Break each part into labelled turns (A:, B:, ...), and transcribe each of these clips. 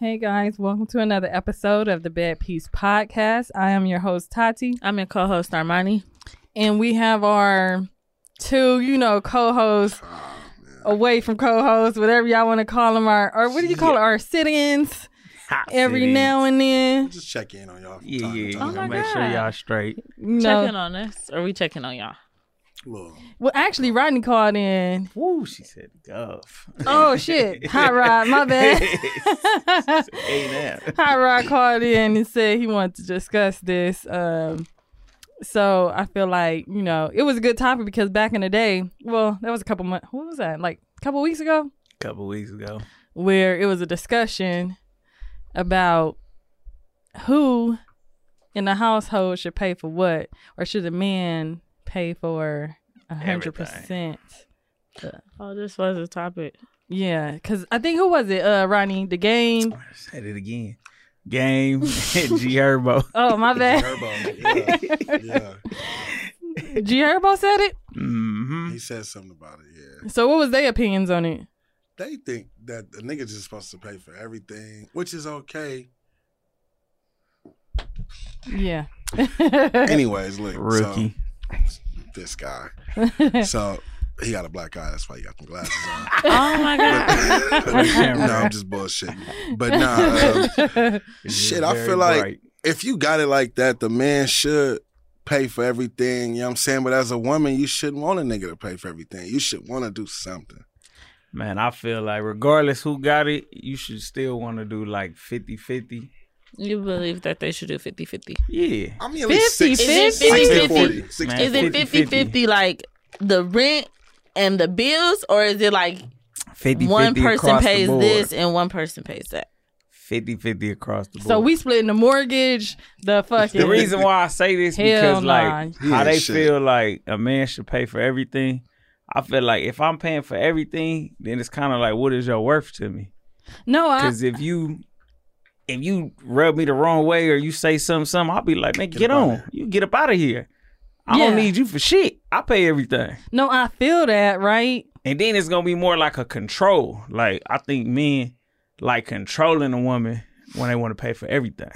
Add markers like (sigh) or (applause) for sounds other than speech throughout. A: Hey guys, welcome to another episode of the Bad Peace Podcast. I am your host Tati,
B: I'm your co-host Armani.
A: and we have our two, you know, co-hosts away from co-hosts, whatever y'all want to call them, our or what do you call it, our sit-ins
C: Hot
A: every
C: city.
A: now and then.
D: Just check in on y'all. From
C: Yeah,
D: time
C: yeah.
D: To
C: yeah.
A: Oh
D: time.
A: my
C: make sure
A: God.
C: y'all straight.
A: You
B: Check in
A: know,
B: on us. Are we checking on y'all?
D: Look,
A: well, actually, Rodney called in.
C: Woo, she said guff.
A: Oh shit, hot rod, my bad. (laughs)
C: (laughs) Hey now.
A: Hot Rod called in and said he wanted to discuss this. Um, so I feel like you know it was a good topic because back in the day, well, that was a couple months. What was that? Like a couple weeks ago,
C: couple weeks ago.
A: where it was a discussion about who in the household should pay for what, or should a man pay for a hundred percent?
B: Oh, this was a topic.
A: Yeah, because I think who was it? Uh, Ronnie, the game.
C: I said it again. Game (laughs) G Herbo.
A: Oh my bad. (laughs)
D: Herbo, yeah,
A: G Herbo said it.
D: yeah.
C: Mm-hmm.
D: He said something about it. Yeah,
A: So what was their opinions on it?
D: they think that the niggas just supposed to pay for everything, which is okay.
C: (laughs)
A: Yeah.
D: Anyways, look,
C: Rookie.
D: So, this guy. So he got a black eye. That's why he got some glasses on.
B: (laughs) Oh my god.
D: (laughs) no, I'm just bullshitting. But nah, um,
C: This is
D: Shit, I
C: very
D: feel like-
C: bright.
D: if you got it like that, the man should pay for everything. You know what I'm saying? But as a woman, you shouldn't want a nigga to pay for everything. You should want to do something.
C: Man, I feel like regardless who got it, you should still want to do like 50-50.
B: you believe that they should do 50-50.
C: Yeah.
D: I mean, at least
A: 50,
D: 60,
A: Is it
D: 60,
B: 50?
D: 40, 60,
C: Man,
B: Is it 50-50 like the rent and the bills or is it like
C: 50
B: one
C: 50
B: person
C: across the
B: pays
C: board.
B: this and one person pays that?
C: 50 50 across the board.
A: so we splitting the mortgage, the fucking.
C: The reason why I say this
A: Hell
C: because like
D: nah.
C: how
D: Yeah,
C: they
D: shit.
C: feel like a man should pay for everything. I feel like if I'm paying for everything, then it's kind of like what is your worth to me?
A: No, I.
C: Because if you if you rub me the wrong way or you say something something, I'll be like, man, get,
D: up
C: on,
D: outta
C: you get up out of here. I
A: Yeah.
C: don't need you for shit. I pay everything,
A: No, I feel that right.
C: and then it's gonna be more like a control. Like I think men like controlling a woman when they want to pay for everything.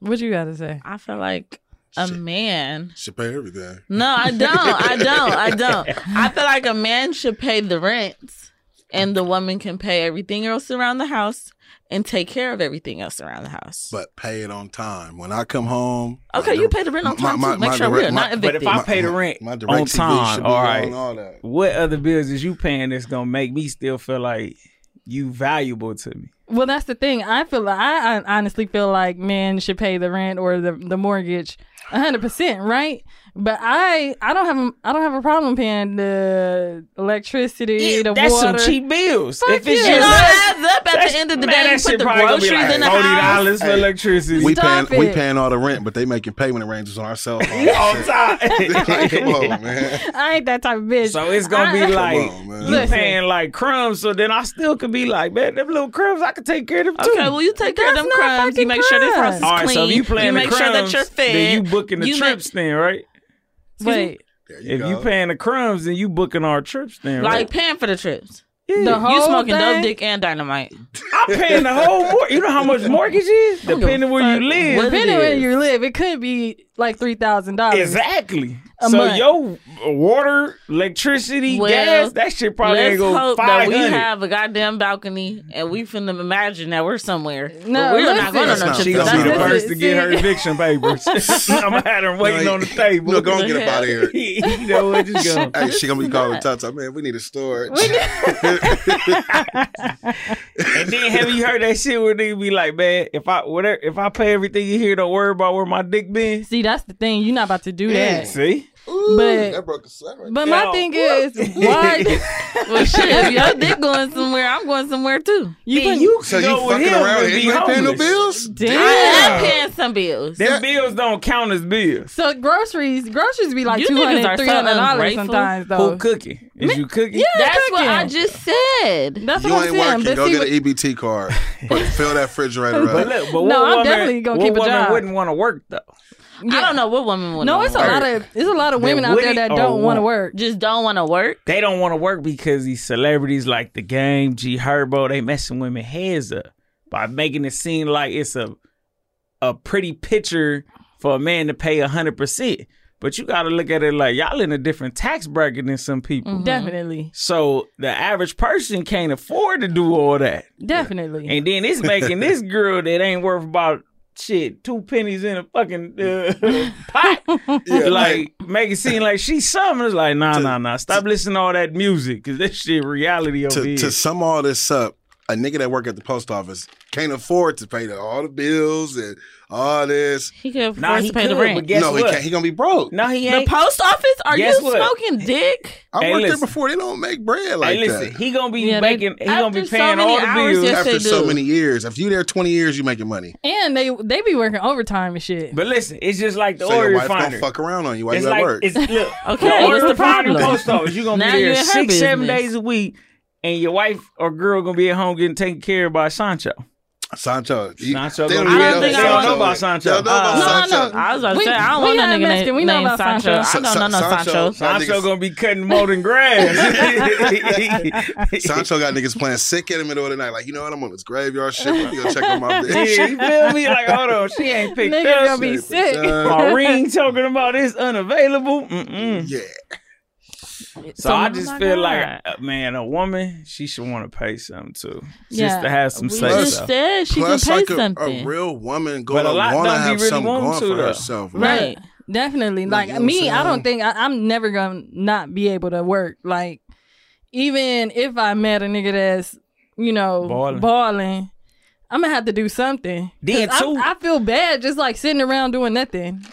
A: What you got to say?
B: I feel like a
D: Shit.
B: man
D: Should pay everything.
B: No, I don't. I don't. I don't. I feel like a man should pay the rent and the woman can pay everything else around the house and take care of everything else around the house.
D: but pay it on time. When I come home,
B: okay, you pay the rent on
D: my-
B: time
D: my-
B: too. Make
D: my
B: sure
D: direct-
B: we're
D: my-
B: not
D: but
B: evicted.
C: if I pay the rent
D: my
C: on
D: direct TV
C: time,
D: should be
C: all
D: on
C: right.
D: all that.
C: what other bills is you paying that's gonna make me still feel like you valuable to me?
A: Well, that's the thing. I feel like I, I honestly feel like men should pay the rent or the the mortgage, hundred percent, right? But I I don't have a, I don't have a problem paying the electricity, the
C: that's
A: water.
C: some cheap bills.
A: Fuck
C: if it's
A: yeah.
B: it all
C: just
B: adds up at the end of the
C: man,
B: day.
C: that
B: You
C: shit
B: put the
C: probably gonna be
B: groceries
C: like
B: in the
C: forty
B: house.
C: dollars for
D: Hey,
C: electricity. (laughs)
D: We paying,
A: Stop
D: we
A: it.
D: paying all the rent, but they making payment arrangements on our cell phone. (laughs)
C: on time.
D: like, come on, man.
A: I ain't that type of bitch.
C: So it's gonna
A: I-
C: be like
D: on, man.
C: you
A: Listen.
C: paying like crumbs. So then I still could be like, man, them little crumbs, I could take care of them too.
B: Okay, well you take care of
A: That's
B: them
A: not
B: crumbs. You
A: fucking
B: make sure this house is
A: crumbs.
C: all right.
B: clean.
C: So if you playing
B: make
C: the
B: sure
C: crumbs,
B: that you're fed.
C: then you booking the
B: You make-
C: trips then, right?
A: wait,
D: There
C: if you
D: go.
C: paying the crumbs, then you booking our trips then,
B: like
C: right?
B: paying for the trips.
C: Yeah.
A: the whole
B: you smoking
A: thing?
B: dope, dick, and dynamite.
C: I'm paying the whole mor- You know how much mortgage is?
B: don't give a
C: Depending where you
B: fuck
C: live.
B: what it
A: depending where
B: is.
A: you live, it could be like three thousand dollars.
C: Exactly.
A: A
C: so
A: month.
C: your water, electricity,
B: Well,
C: gas, that shit probably
B: Let's
C: ain't go
B: hope that
C: five
B: we
C: hundred.
B: have a goddamn balcony and we finna imagine that we're somewhere.
A: No,
B: No, we're not
A: listen.
B: going on
D: That's
B: no
D: not-
B: trip.
C: She
D: that's
C: gonna be the
D: not-
C: first to get her
A: See?
C: eviction papers. (laughs) I'm gonna have her waiting
D: Like,
C: on the table. (laughs)
D: Look, I'm gonna get up out of here.
C: you know what? Just go.
D: (laughs) Hey, she gonna be
B: This is
D: calling
B: not-
D: Tata. Man, we need a storage.
C: And then have you heard that shit where nigga be like, man, if I whatever, if I pay everything in here, don't worry about where my dick been.
A: See, that's the thing. You're not about to do that.
C: See,
A: But-
D: that broke a sweat right
A: But
C: Yeah.
A: my thing is,
C: (laughs)
A: why?
B: well, shit, if y'all
A: (laughs)
B: dick going somewhere, I'm going somewhere too.
A: You
C: Then
A: put-
C: you
D: there. So
C: go
D: you
C: with
D: fucking
C: him
D: around
C: and
D: here?
C: be
D: You ain't paying no
C: homeless.
D: bills?
B: I
A: damn.
B: am paying some bills.
C: Them bills don't count as bills.
A: So groceries, groceries be like
B: You
A: two
B: niggas
A: hundred,
B: are so
A: three hundred dollars
B: ungrateful.
A: sometimes though.
C: Who cooking? Is you cooking?
A: Yeah.
B: That's what
A: cooking.
B: I just said.
A: That's
D: You
A: what I'm
D: ain't
A: saying.
D: working.
A: But
D: Go
A: see,
D: get
A: what-
D: an
C: (laughs)
D: EBT card. Put, fill that refrigerator
C: But
D: up.
C: look, but
A: No,
C: what
A: I'm
C: woman,
A: definitely gonna
C: what
A: keep a
C: woman
A: job.
C: wouldn't want to work though.
B: I don't know what woman would.
A: no, it's a
B: work.
A: lot of it's a lot of
C: Then
A: women out
C: would
A: there
C: he
A: that
C: or
A: don't want to
C: won't?
A: work.
B: just don't want to work.
C: They don't want to work because these celebrities like the game, G Herbo, they messing women heads up. by making it seem like it's a a pretty picture for a man to pay hundred percent. But you gotta look at it like y'all in a different tax bracket than some people.
A: Mm.
B: Mm-hmm.
A: Definitely.
C: So the average person can't afford to do all that.
A: Definitely.
C: And then it's making
A: (laughs)
C: this girl that ain't worth about shit two pennies in a fucking uh, pot.
D: Yeah,
C: like make it seem like she's something. It's like nah, nah, nah. Stop listening to all that music because this shit reality over
D: to,
C: here.
D: to sum all this up, a nigga that work at the post office can't afford to pay the, all the bills and all this.
B: He could afford
C: Nah, he
B: to pay the
C: could, but
B: rent.
C: guess
D: no, he
C: what?
D: can't. He gonna be broke.
C: No, he
B: The
C: ain't.
B: post office? Are
C: Guess
B: you
C: what?
B: smoking dick?
D: I
C: Hey,
D: worked
C: listen.
D: there before. They don't make bread like
C: hey, listen,
D: that.
C: he gonna be
A: Yeah, they-
C: making. He gonna be
B: after so
C: paying
B: many
C: all the
B: hours,
C: bills.
B: yes,
D: After
B: they
D: so
B: do.
D: many years, if you there twenty years, you making money.
A: And they they be working overtime and shit.
C: But listen, it's just like the
D: so
C: oil
D: your wife
C: refiner.
D: gonna fuck around on you while
C: It's
D: you at
C: like
D: work.
C: it's look.
B: (laughs) Okay,
C: the oil
B: what's the
C: refinery
B: problem?
C: Post office. You gonna
B: Now
C: be
B: you're
C: there
B: in her
C: six, seven
B: business.
C: days a week, and your wife or girl gonna be at home getting taken care of by Sancho.
D: Sancho. You-
C: Sancho
D: they
C: gonna
B: I
D: even
B: don't think I
D: Sancho.
B: want-
C: know about Sancho.
D: They don't know
C: Uh,
D: about
A: No,
D: Sancho.
B: I was about to
A: We-
B: say, I don't
A: we
B: want no
A: not
B: nigga
A: Mexican.
B: named,
A: We know
B: named
A: about
B: Sancho.
A: Sancho.
B: I don't know no
D: Sa- Sancho.
B: Sancho.
D: Y'all
C: Sancho
D: niggas-
C: gonna be cutting more than
D: (laughs)
C: (laughs) grass.
D: Sancho got niggas playing sick in the middle of the night. Like, you know what? I'm on this graveyard shit. Let me go check
C: (laughs)
D: on my
C: Yeah,
D: bitch.
C: you feel me? Like, hold on, she ain't picked
A: Nigga
C: up.
A: gonna be sick. (laughs)
C: My ring talking about it's unavailable. Mm-mm.
B: Mm.
D: Yeah.
C: So I just
B: my
C: feel
B: God.
C: like, uh, man, a woman she should want to pay something too,
A: Yeah.
C: just to have some
B: we
C: say
B: just
C: so.
B: said she
D: Plus,
B: can pay
D: like a,
B: something.
D: a real woman
C: But a
D: gonna
C: lot
D: wanna
C: don't be
D: have
C: really
D: something
C: want
D: going
C: to,
D: for
C: though.
D: herself.
A: Right.
B: Right.
A: Definitely. Like
D: Like, you know
A: me,
D: what I'm
A: I don't
D: saying?
A: think I, I'm never gonna not be able to work. Like even if I met a nigga that's you know
C: Ballin'.
A: balling, I'm gonna have to do something. 'Cause
C: Then
A: I-
C: too-
A: I, feel bad just like sitting around doing nothing.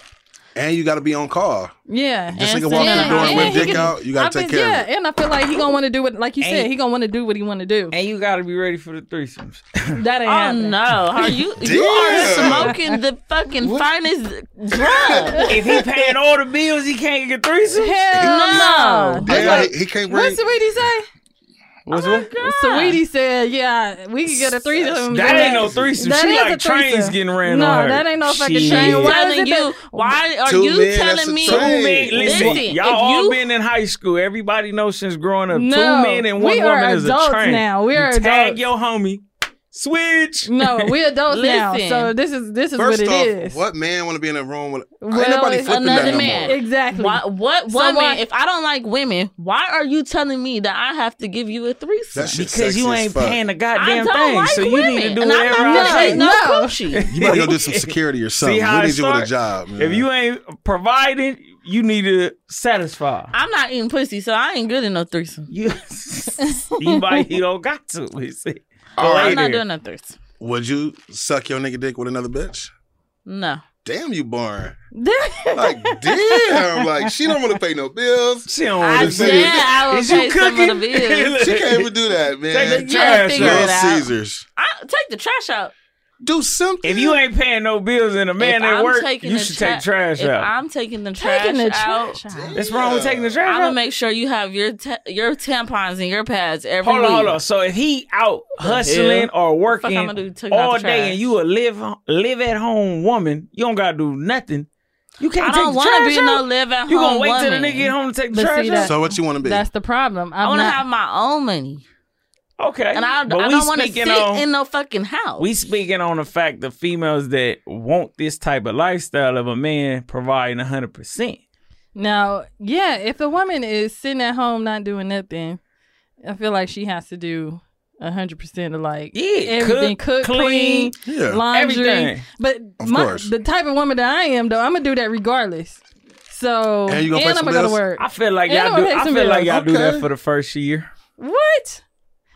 D: And you gotta be on call.
A: Yeah.
D: This
B: And
D: nigga walk through the
A: and-
D: door and whip
A: and he
D: dick
A: can-
D: out. You gotta
A: I
D: take
A: feel-
D: care
A: yeah,
D: of it.
A: and I feel like he gonna want to do what, like you said,
C: And-
A: he gonna want to do what he want to do.
C: And you gotta be ready for the threesomes.
A: That ain't
B: Oh
A: happening.
B: no! Are you you
D: Damn.
B: are smoking the fucking finest drug?
C: if he paying all the bills, he can't get threesomes.
A: Hell
B: No.
A: no!
D: Hey,
A: That's like-
D: he, he can't
A: What
D: bring.
A: Sweetie say? Oh
C: What's what?
A: Sweetie said, "Yeah, we could get a threesome."
C: That ain't no threesome.
A: That
C: she
A: is a
C: like trains
A: threesome.
C: getting ran
A: No,
C: on her.
A: that ain't no fucking
C: Shit.
A: train. Why is
B: telling
A: it
B: you?
A: that-
B: Why are
D: Two
B: you
D: men, that's a
B: telling me?
C: Two
D: Hey,
C: men, listen,
B: listen,
C: y'all
B: if
C: all
B: you-
C: been in high school. Everybody knows since growing up.
A: No,
C: two men and one
A: we
C: woman
A: are
C: is a
A: adults
C: train.
A: now. We
C: You
A: are
C: tag
A: adults.
C: your homie. Switch.
A: No, we adults now.
B: Listen.
A: So this is this is
D: First
A: what it
D: off,
A: is.
D: what man want to be in a room with?
A: Well,
D: ain't nobody
A: it's
D: flipping
B: another
D: that no
B: man.
D: more.
A: Exactly.
B: Why, what
A: So
B: woman?
A: why-
B: if I don't like women, why are you telling me that I have to give you a threesome?
D: That shit
C: Because you
D: sexy as
C: ain't
D: fuck.
C: paying a
B: I
C: goddamn
B: don't
C: thing.
B: like
C: so you
B: women,
C: need to do
B: and
C: whatever
B: I'm
C: I
B: not
C: say.
B: gonna no,
A: No.
B: no coochie.
D: You better go do some security or
C: (laughs)
D: something.
C: See how
D: we
C: I
D: need you with
C: start?
D: a job. Man.
C: If you ain't providing, you need to satisfy.
B: I'm not eating pussy, so I ain't good in no threesome.
C: You, (laughs) you might you don't got to. you see.
D: All
B: Oh,
C: Later.
B: I'm
D: right,
B: not doing no threesome.
D: would you suck your nigga dick with another bitch?
B: No.
D: Damn,
B: (laughs)
D: you born. Like, damn. Like, she don't want to pay no bills.
C: She don't
B: I
C: want to
D: said
C: see.
B: I will
C: Is you
B: pay some of
C: (laughs) cooking?
B: the bills.
D: She can't even do that,
C: Take
D: man.
C: the
B: You gotta
C: trash
B: figure it
C: out.
D: Little
B: out.
D: Caesars.
B: I, take the trash out.
D: Do something.
C: If you ain't paying no bills and a
B: If
C: man at
B: I'm
C: work,
B: taking
C: you
B: the
C: should
B: tra-
C: take trash
B: if
C: out.
B: I'm taking the trash
A: Taking the
B: out,
A: trash out.
C: What's wrong with taking the trash
B: I'm
C: out?
B: gonna make sure you have your te- your tampons and your pads every
C: Hold
B: week.
C: on, hold on. So if he out hustling or working
B: I'ma do, took it out
C: all
B: the trash.
C: day, and you a live live at home woman, you don't gotta do nothing. You can't
B: I
C: take
B: don't
C: the
B: want to
C: trash
B: be no
C: out.
B: live at home.
C: You gonna wait till the
B: woman.
C: nigga get home to take the
A: But
C: trash
A: see
C: out?
A: that-
D: so what you want to be?
A: That's the problem. I'm
B: I want to
A: not-
B: have my own money,
C: Okay,
B: and I, I
C: But we
B: don't want to
C: speaking
B: sit
C: on-
B: in no fucking house.
C: We speaking on the fact the females that want this type of lifestyle of a man providing hundred percent.
A: Now, yeah, if a woman is sitting at home not doing nothing, I feel like she has to do hundred percent of like
C: Yeah,
A: everything, cook, clean,
D: Yeah.
A: laundry.
C: Everything.
A: But
D: Of
A: my,
D: course.
A: the type of woman that I am, though, I'm gonna do that regardless. So
D: And you gonna pay
A: I'm
D: some
A: gonna go to
D: bills?
A: work.
C: I feel like
A: And
C: y'all
A: I'ma
C: do.
A: pay
C: I
A: some
C: feel like
A: bills.
C: y'all do that
D: Okay.
C: for the first year.
A: What?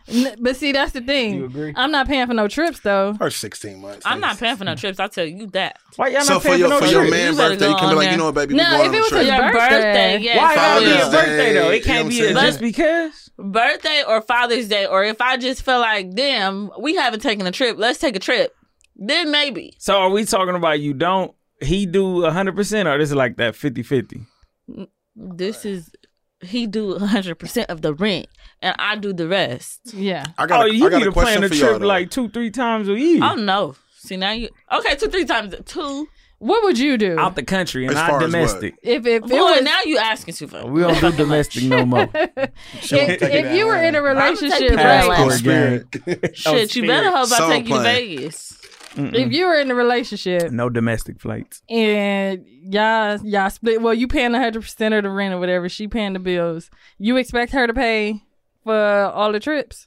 A: N- but see, that's the thing.
C: You agree?
A: I'm not paying for no trips though.
D: Or 16 months.
B: I'm not paying for
C: (laughs)
B: no trips. I tell you that.
C: Why y'all
D: So
C: not
D: for
C: paying
D: your,
C: for no
D: for your
C: trip?
B: You
D: man's
B: better
D: birthday, you
B: go
D: can be
B: on
D: like,
B: there.
D: you know what, baby,
A: No,
D: we
A: if it
D: going on a
A: was
D: trip.
A: a-
B: Your
A: Birthday.
B: birthday, yes.
C: Why
B: I
C: gotta be
B: will.
C: his
D: Father's Day,
C: birthday though? It
D: you know what
C: can't
D: I'm
C: be a
D: saying?
C: just because.
B: birthday or Father's Day, or if I just feel like, damn, we haven't taken a trip. Let's take a trip. Then maybe.
C: So are we talking about you don't he do hundred percent or this is like that 50-50?
B: This is he do 100 percent of the rent, and I do the rest.
A: Yeah.
D: I got
C: Oh,
D: a, I
C: you
D: got
C: need
D: a
C: to
D: question
C: plan a
D: for y'all,
C: trip
D: though.
C: Hmm. like two, three times a year.
B: Oh no! See now you okay? Two, three times two.
A: What would you do
C: out the country and
D: As
C: not
D: far as what?
C: domestic.
A: if if it
B: Boy,
A: was
B: now you asking too much.
C: We don't do domestic no more.
D: She don't
A: if,
D: take it
A: if
D: that
A: you were
D: way.
A: in a relationship,
B: you
A: right?
B: to
D: Passport
B: Right.
D: spirit.
B: Shit, you better hope
D: Soul
B: I take
D: plan.
B: you to Vegas.
A: If
C: Mm-mm.
A: you were in a relationship
C: No domestic flights.
A: and y'all y'all split, well, you paying hundred percent of the rent or whatever, she paying the bills. You expect her to pay for all the trips?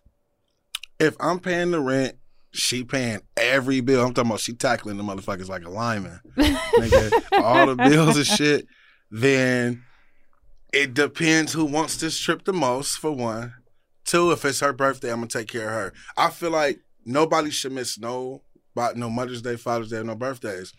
D: If I'm paying the rent, she paying every bill. I'm talking about she tackling the motherfuckers like a lineman. Nigga, all the bills and shit. Then it depends who wants this trip the most, for one. Two, if it's her birthday, I'm gonna take care of her. I feel like nobody should miss no bo- no Mother's Day, Father's Day, no birthdays.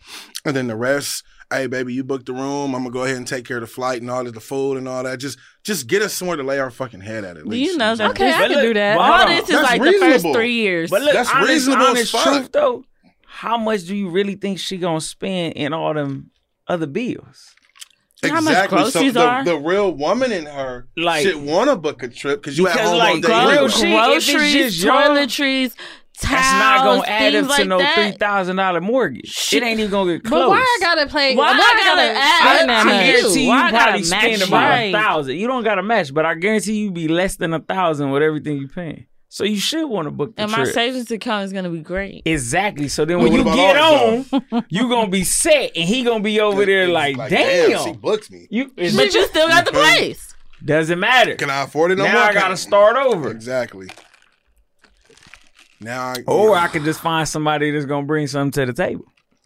D: And then the rest, hey baby, you booked the room. I'm gonna go ahead and take care of the flight and all of the food and all that. Just just get us somewhere to lay our fucking head at at
B: Do
D: least.
B: you know that?
A: Okay,
B: this-
A: I can do that.
C: well,
B: all
C: hold on.
B: this is
D: That's
B: like the
D: reasonable.
B: first three years.
C: But look,
D: That's
C: honest,
D: reasonable as
C: honest
D: fuck.
C: truth though, how much do you really think she gonna spend in all them other bills?
B: You know how much groceries
D: so the,
B: are?
D: the real woman in her
C: Like-
D: should want to book a trip because you at
C: Because,
D: home
C: like,
D: all day.
C: groceries-
D: anyway.
B: Gro-
C: Real shit, if
B: groceries,
C: it's just y'all,
B: toiletries, towels,
C: That's not gonna add
B: things
C: up
B: like
C: to no
B: that.
C: three thousand dollar mortgage.
B: Shit.
C: It ain't even gonna get close.
A: But why I gotta play?
B: Why I gotta add
A: spend that
B: to
A: much?
B: you?
C: guarantee you
B: Why I gotta
C: probably
B: match
C: spend
B: you?
C: about
A: Right.
C: a thousand. You don't gotta match, but I guarantee you be less than a thousand with everything you paying. So you should want to book the
B: And my
C: trip.
B: savings account is gonna be great.
C: Exactly. So then
D: But
C: when
D: what
C: you
D: about
C: get
D: ours,
C: on, you gonna be set, and he gonna be over there
D: It's
C: like, damn.
D: she booked me.
C: you
B: But you still got the
C: Mm-hmm.
B: place.
C: doesn't matter.
D: Can I afford it? No more?
C: now I
D: Can
C: gotta start over.
D: Exactly. Now I
C: Or I could just find somebody that's gonna bring something to the table.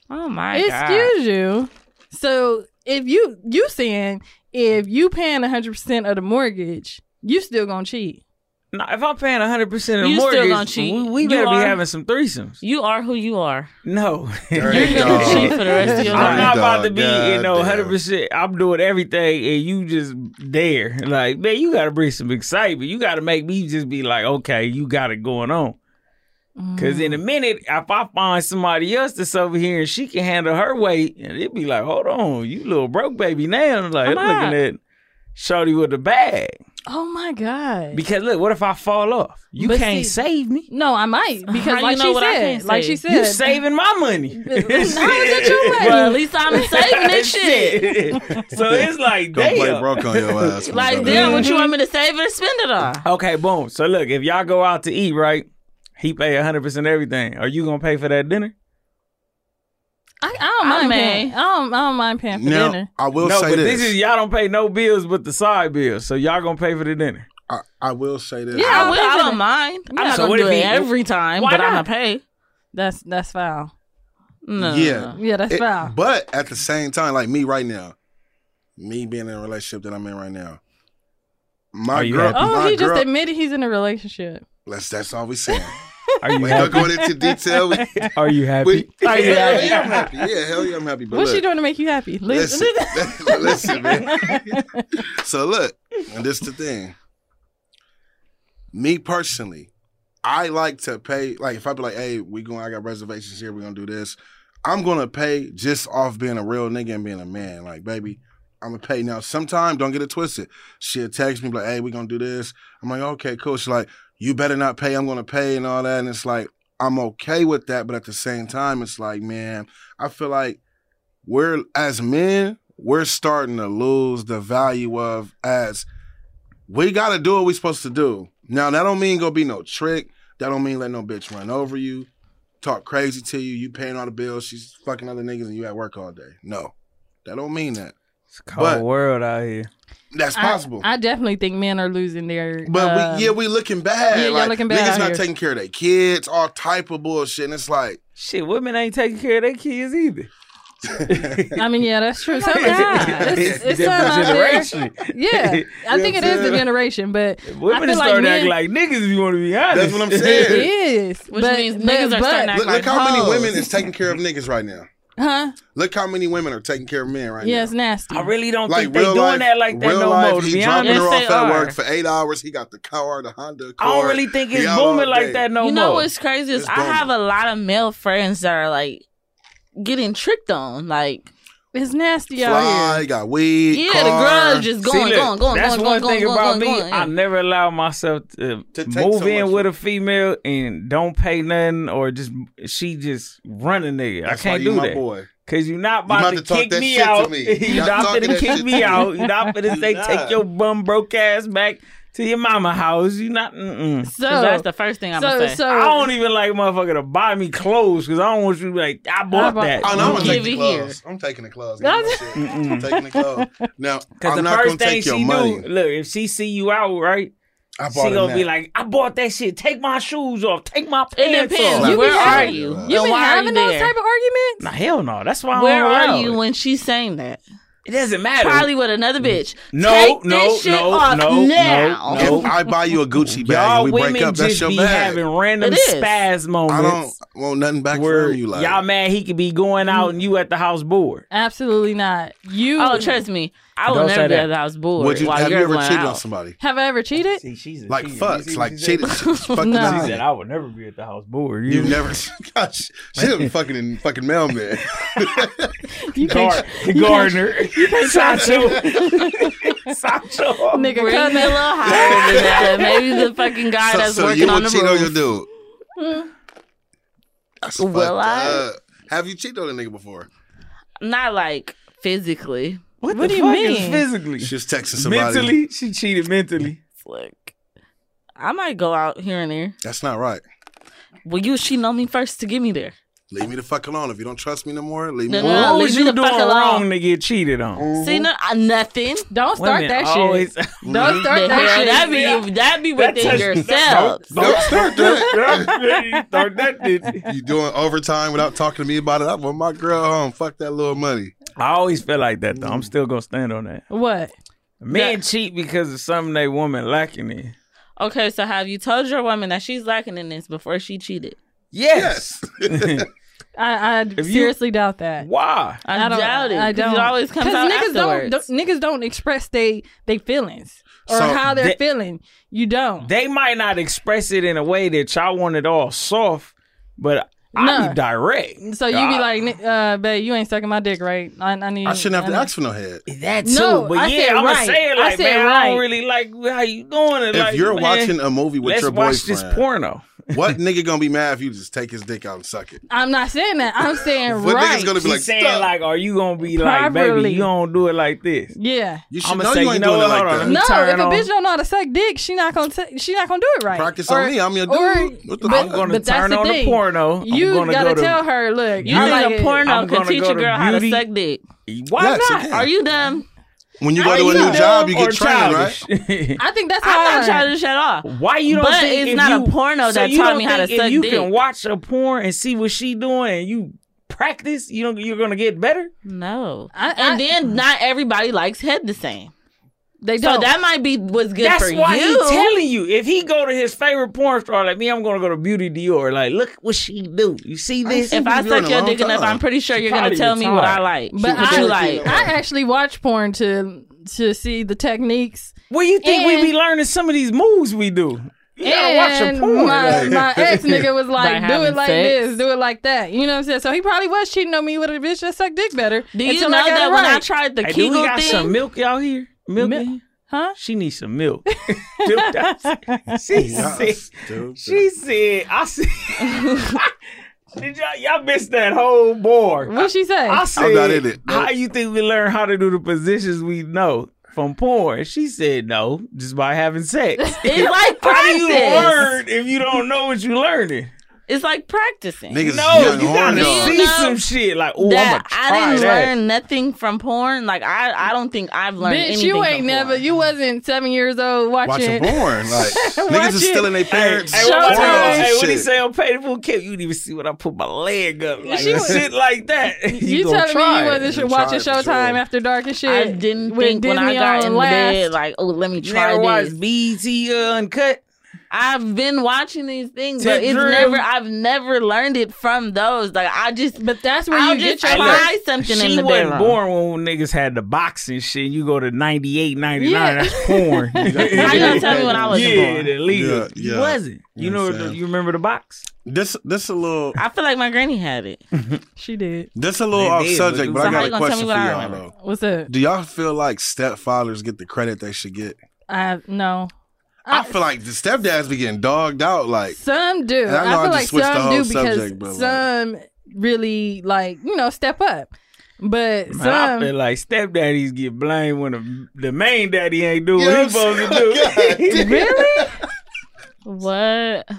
B: Oh my
A: Excuse you. So if you you saying if you paying hundred percent of the mortgage, you still gonna cheat.
C: Now, if I'm paying 100 percent of the
B: You still
C: mortgage,
B: gonna cheat.
C: we, we
B: You
C: better
B: are-
C: be having some threesomes.
B: You are who you are.
C: No,
D: Dirty
B: You're gonna
D: dog.
B: cheat for the rest of your
C: I'm
B: life.
C: not
D: Dirty
C: about
D: dog,
C: to be, you know,
D: goddamn.
C: 100. percent I'm doing everything, and you just there. Like, man, you got to bring some excitement. You got to make me just be like, okay, you got it going on. Because in a
A: Mm.
C: minute, if I find somebody else that's over here and she can handle her weight, and it'd be like, hold on, you little broke baby now. Like,
B: I'm
C: I'm
B: not.
C: looking at Shorty with the bag.
A: Oh my god.
C: Because look, what if I fall off? You
A: But
C: can't
A: see-
C: save me.
A: no, I might
B: How
A: because
B: you
A: like
B: know
A: she
B: what I
A: said,
B: can't
A: like she
B: say?
A: said, (laughs)
C: You saving my money.
A: How
C: (laughs)
A: is it your money?
B: Well, at least I'm saving this shit.
D: (laughs)
C: so it's like,
D: Go play
C: damn.
D: broke on your ass. when you
B: Like,
C: Mm-hmm.
D: go to-
B: damn, what you want me to save it or spend it on?
C: Okay, boom. So look, if y'all go out to eat, right? He pay hundred percent everything. Are you gonna pay for that dinner?
A: I, I don't
B: I
A: mind
B: may.
A: paying. I don't, I don't mind paying for
D: Now
A: dinner.
D: I will
C: no,
D: say
C: but
D: this.
C: is y'all don't pay no bills but the side bills. So y'all gonna pay for the dinner.
D: I, I will say this.
A: Yeah,
B: I, will, I don't mind. I'm
A: Yeah.
B: not
A: So
B: gonna
C: what
B: do
C: if
B: it
C: he-
B: every time,
C: Why
B: but I'm
C: not?
B: gonna pay.
A: That's that's foul.
B: No.
D: Yeah.
A: Yeah, that's
D: It-
A: foul.
D: but at the same time, like me right now, me being in a relationship that I'm in right
C: Are
D: now, my
C: you
D: girl,
C: happy?
A: Oh,
D: my
A: he just
D: girl,
A: admitted he's in a relationship.
D: let's, that's all we saying.
C: Are you
D: We
C: happy?
D: ain't going into dell. We,
C: Are you
D: we,
C: happy?
D: (laughs) hell
B: Are you happy?
D: yeah, I'm happy. Yeah, hell yeah, I'm happy. But
A: What's
D: look,
A: she doing to make you happy?
D: Listen,
A: Listen,
D: listen, (laughs) man. so look, and this the thing. Me personally, I like to pay. Like if I be like, "Hey, we going? I got reservations here. We gonna do this." I'm gonna pay just off being a real nigga and being a man. Like, baby, I'm gonna pay now. Sometime, don't get it twisted. She'll text me like, "Hey, we gonna do this." I'm like, "Okay, cool." She's like, "You better not pay. I'm gonna pay and all that." And it's like, I'm okay with that, but at the same time, it's like, man, I feel like we're as men, we're starting to lose the value of as we gotta do what we supposed to do. Now that don't mean gonna be no trick. That don't mean let no bitch run over you, talk crazy to you, you paying all the bills, she's fucking other niggas and you at work all day. No. That don't mean that.
C: It's a cold
D: But-
C: world out here.
D: That's
A: I-
D: possible.
A: I, definitely think men are losing their.
D: but
A: um,
D: we yeah, we looking bad.
A: yeah, y'all
D: like,
A: looking bad
D: niggas
A: out
D: not
A: here.
D: taking care of their kids, all type of bullshit. And it's like,
C: Shit, women ain't taking care of their kids either.
D: (laughs)
A: I mean, yeah, that's true. Some guys, it's, it's some out there.
C: generation.
A: Yeah, I think it is the generation, but I
C: Women
A: feel like
C: start
A: men,
C: acting like niggas if you want to be honest.
D: that's what I'm
A: it (laughs)
D: saying.
A: is.
B: Which
A: but,
B: means
A: but,
B: niggas are
A: but,
B: starting to
D: look,
B: act like
D: look how many
B: hoes.
D: women is taking care of niggas right now.
A: huh?
D: Look how many women are taking care of men right
A: Yeah,
D: now.
A: it's nasty.
C: I really don't
D: like
C: think they
D: real
C: doing
D: life,
C: that like that
D: real
C: no
D: life,
C: more. To
D: He
C: be
D: dropping
C: honest,
D: her
B: Yes,
D: off
B: they
D: at
B: are.
D: work for eight hours. He got the car, the Honda.
C: I don't
D: Accord.
C: really think it's
D: He out all
C: booming like
D: day.
C: that
B: you
C: no more.
B: know what's crazy is
D: It's
B: I
D: booming.
B: have a lot of male friends that are like getting tricked on. Like,
A: It's nasty out
D: Fly,
A: here.
D: got weed.
B: yeah,
D: car.
B: the girl just going,
C: See, look,
B: going, going,
C: that's
B: going,
C: one
B: going,
C: thing
B: going,
C: about
B: going,
C: me.
B: going,
C: I
B: going.
C: never allow myself to,
D: To take
C: move
D: so
C: in
D: much
C: with a female and don't pay nothing or just she just run a nigga.
D: That's
C: I
D: why
C: can't
D: you
C: do
D: my
C: that
D: boy.
C: Cause you're not about,
D: about
C: to,
D: to talk
C: kick
D: that
C: me
D: shit to
C: out. (laughs)
D: me.
C: you're
D: Y'all
C: not
D: talking
C: finna
D: that shit
C: kick
D: to
C: me
D: me.
C: out. You're not finna
D: (laughs)
C: say
D: Nah.
C: take your bum broke ass back to your mama house. You're not. Mm-mm.
A: So
B: that's the first thing I'm
A: so
B: gonna say.
A: so
C: I don't even like motherfucker to buy me clothes because I don't want you to be like I bought
A: bought-
C: that.
D: Oh no, I'm gonna
B: Give
D: take
B: it
D: the clothes. I'm taking the clothes. Give me my shit. I'm taking the clothes.
C: (laughs)
D: Now
C: Because
D: I'm
C: the
D: not gonna
C: first thing
D: take your
C: she
D: money.
C: do, look, if she see you out, right,
D: I
C: she
D: bought
C: gonna
D: him
C: be
D: that.
C: like, I bought that shit. Take my shoes off. Take my
B: it
C: pants
B: depends.
C: off.
D: You
B: Where
D: be
B: are
D: having-
B: you?
D: You
B: And
A: you been
B: why are you
A: having those
B: there?
A: type of arguments?
C: Nah, hell no. That's why. I
B: Where
C: don't allow
B: are
C: it.
B: you when she's saying that?
C: It doesn't Oh, matter.
B: Probably with another bitch.
C: No,
B: Take
C: no,
B: this shit
C: no,
B: off
C: no,
B: now.
C: no, no.
D: If I buy you
C: (laughs)
D: a Gucci bag
C: y'all
D: and we
C: women
D: break up, that's
C: just
D: your
C: be
D: bag.
C: having random
B: It is.
C: spaz
D: I
C: moments.
D: don't want nothing back
C: where
D: from you. Like
C: y'all mad he could be going out and you at the house bored.
A: Absolutely not. You
B: Oh, trust me, I will
C: Don't say
B: never be
C: that.
B: at the house bored
D: would you
B: while
D: have you
B: you're
D: ever
B: going
D: cheated on
B: out.
D: somebody?
A: have I ever cheated?
C: See, she's a
D: Like
C: cheater. You see
D: fucks,
C: what
D: like
C: she (laughs)
D: cheated.
C: said?
D: She was fucking
A: No.
C: She said
D: lying.
C: I would never be at the house bored.
D: You (laughs) never. Gosh, she
C: (laughs)
D: was fucking in fucking mailman.
A: You
C: Gar- (laughs)
A: can't, you can't,
C: Gardner, Sancho, (laughs) Sancho,
A: nigga.
B: Bring
A: Cut
B: me a
A: that.
B: little
D: (laughs)
B: higher than that. Maybe the fucking guy
D: so
B: that's
D: so
B: working
D: you
B: on
D: would
B: the
D: cheat on your
B: roof.
D: dude. That's
B: Will
D: fucked
B: I?
D: up. Have you cheated on a nigga before?
B: Not like physically.
C: What,
A: What
C: the
A: do you
C: fuck
A: mean?
C: Is physically,
D: She was texting somebody.
C: mentally, she cheated mentally.
B: It's like I might go out here and there.
D: That's not right.
B: Well, you she know me first to get me there.
D: Leave me the fuck alone. If you don't trust me no more, leave
B: No,
D: me
B: no,
D: alone.
B: no.
C: what
B: leave
C: was
B: me
C: you
B: the
C: doing
B: fuck alone.
C: wrong to get cheated on?
B: See, no, I, nothing.
A: Don't start
C: Women
A: that
C: always-
A: shit.
C: (laughs)
A: Don't
B: The
A: start that
B: hell,
A: shit.
B: that be that be within
C: touch-
B: yourselves.
C: Don't start that. Don't start (laughs) that. bitch.
D: You doing overtime without talking to me about it? I want my girl home. Fuck that little money.
C: I always feel like that though. I'm still gonna stand on that.
A: What?
C: Men cheat because of something they woman lacking in.
B: Okay, so have you told your woman that she's lacking in this before she cheated?
C: Yes. (laughs)
A: I, I
C: you-
A: seriously doubt that.
C: Why?
B: I,
A: don't-
B: doubt it.
A: I
B: 'cause
A: don't.
B: It always comes
A: 'Cause
B: out
A: niggas
B: afterwards.
A: Don't, don't- niggas don't express they they feelings or
D: So
A: how they're
C: that-
A: feeling. You don't.
C: They might not express it in a way that y'all want it all soft, but I
A: No.
C: be direct.
A: so you be
C: I-
A: like, "Ni- uh, babe, you ain't sucking my dick, right? I, I need.
D: I shouldn't have
A: I
D: to
A: need-
D: ask for no head.
C: that too.
A: No,
C: but
A: I
C: yeah,
A: said
C: I'm
A: right.
C: gonna say it
A: I
C: like,
A: said
C: man, I
A: right.
C: don't really like how you doing it.
D: If
C: like,
D: you're
C: man,
D: watching a movie with
C: let's
D: your
C: watch this
D: boyfriend,
C: porno.
D: what nigga gonna be mad if you just take his dick out and suck it?
A: I'm not saying that. I'm saying
D: What
A: right.
D: nigga's gonna
C: She's
D: be like?
C: saying
D: Stop.
C: like, are you gonna be like, baby,
A: Properly.
C: you don't do it like this?
A: yeah.
D: you should
C: I'ma
D: know
C: say,
D: you
C: you
D: ain't
C: know
D: doing it
C: what,
D: like
C: hold on,
D: that.
C: let me
A: No, if
C: turn
A: a
C: on-
A: bitch don't know how to suck dick, she not gonna t- she not gonna do it right.
D: Practice
A: Or-
D: on me. I'm your dude.
A: or-
D: what the
A: but-
D: fuck?
C: I'm gonna
A: but that's
C: turn
A: the
C: on the
A: thing.
C: porno.
A: You
C: I'm gonna
A: gotta
C: go to,
A: tell her, look,
B: you
A: I
B: think
A: like
B: a
A: it.
B: porno
C: I'm
B: could
C: gonna
B: teach
C: go
B: a
C: to
B: girl how to
C: beauty-
B: suck dick?
C: Why
D: Yes, you
C: not?
D: can.
B: Are you dumb?
D: when you go to
C: Are
D: a new
C: you
D: job, you
C: dumb
D: get
C: or
D: trained, right?
C: childish? (laughs)
A: I think that's how
B: I'm
A: I
B: not trying
A: learned.
B: to shut off.
C: Why you don't
B: But
C: think
B: it's
C: if
B: not a
C: you-
B: porno
C: so
B: that
C: you
B: taught
C: don't
B: me how to
C: think
B: suck
C: if you
B: dick?
C: can watch a porn and see what she doing and you practice, you know you're gonna get better?
B: No.
A: I- I-
B: and then not everybody likes head the same.
A: They
B: So
A: don't.
B: that might be what's good
C: That's
B: for
C: why
B: you.
C: he telling you. If he go to his favorite porn store, like me, I'm gonna go to Beauty Dior. Like, look what she do. You see this?
B: if I
D: You've been
B: suck
D: doing
B: your
D: a
B: dick
D: long
B: enough,
D: time.
B: I'm pretty sure you're gonna
C: probably
B: tell me what I
C: retired.
B: like.
A: but
B: what
A: I,
B: you like.
A: I actually watch porn to to see the techniques
C: well, you think
A: And-
C: we be learning some of these moves we do? You gotta watch
A: and
C: a porn.
A: my,
C: like- (laughs)
A: my ex nigga was like,
B: By
A: do it
B: having
A: like
B: sex.
A: this, do it like that. You know what I'm saying? So he probably was cheating on me with a bitch that sucked dick better.
B: Do you
A: until
B: know
A: I got
B: that
A: it
B: when I
A: right.
B: tried the
C: Hey, do we
B: Kegel
C: got
B: thing?
C: some milk out here? Milk?
A: Mi-
C: in here?
A: Huh?
C: She needs some
B: (laughs)
C: milk. she (laughs) said,
D: Yes, dude.
C: she said, I said,
B: (laughs)
C: did y'all, y'all missed that whole board.
A: What she say?
C: I said,
D: not in it.
C: How you think we learn how to do the positions we know from porn? She said, no, just by
B: (laughs)
C: having sex. (laughs)
B: It's like
C: how do you
B: practice.
C: learn if you don't know what you're learning?
B: It's like practicing.
D: Niggas
C: No,
D: young
C: you gotta
D: horny
B: dog.
C: see
B: You know
C: some shit. Like, oh, I'm gonna
B: that
C: try
B: I didn't
C: that.
B: learn nothing from porn. Like I, I don't think I've learned
A: Bitch,
B: anything.
A: you
B: from
A: ain't never,
B: porn.
A: you wasn't seven years old watching.
D: watching
C: (laughs)
D: porn. Like niggas is
A: Watching-
D: still in their parents.
C: Hey, what,
A: Showtime.
C: hey,
D: pornos and
C: what he
D: shit.
C: say on Painful Kip? You didn't even see when I put my leg up. Like,
A: She was-
C: shit like that.
A: (laughs) (laughs) You,
C: gonna
A: telling me
C: try
A: you
C: it.
A: wasn't
D: You
A: sure watching
D: tried it, sure.
A: Showtime after dark and shit?
B: I didn't
A: with
B: think when I
A: Disney
B: got
A: on
B: in
A: last.
B: bed, like, oh, let me
C: You
B: try
C: Never
B: this.
C: watched BT uh, Uncut?
B: I've been watching these things,
C: Tip
B: but it's
C: drill.
B: never. I've never learned it from those. Like I just,
A: But that's where
B: I'll
A: you
B: just
A: get your
B: try
A: life.
B: something
C: She
B: in the
C: wasn't
B: bedroom.
C: born when niggas had the boxing shit. You go to 98, 99,
A: Yeah.
C: that's porn. How you
B: How you gonna tell me when I wasn't
C: yeah,
B: born?
C: the legal.
D: Yeah,
C: You
D: yeah.
C: wasn't. You,
D: You know
C: know,
D: what I'm
C: the,
D: saying?
C: you remember the box?
D: This this a little
B: I feel like my granny had it.
A: She did.
D: this a little
C: They
D: off
C: did,
D: subject,
C: but
D: but
B: so
D: I
B: how
D: got
B: you
D: a
B: gonna tell
D: question
B: me what
D: for
B: I
D: y'all
B: remember?
D: though.
A: What's up?
D: Do y'all feel like stepfathers get the credit they should get?
A: I no.
D: I
A: I-
D: feel like the stepdads be getting dogged out. Like
A: Some do.
D: And I know
A: I,
D: I
A: feel
D: just
A: like
D: switched the
A: some
D: whole
A: do because
D: subject, but, like-
A: some really like you know step up. But
C: Man, I
A: some
C: feel like stepdaddies get blamed when the, the main daddy ain't do what
D: You know
C: he's
D: what I'm
C: supposed (laughs) to
D: saying?
C: do.
D: (laughs) God
A: really
B: What?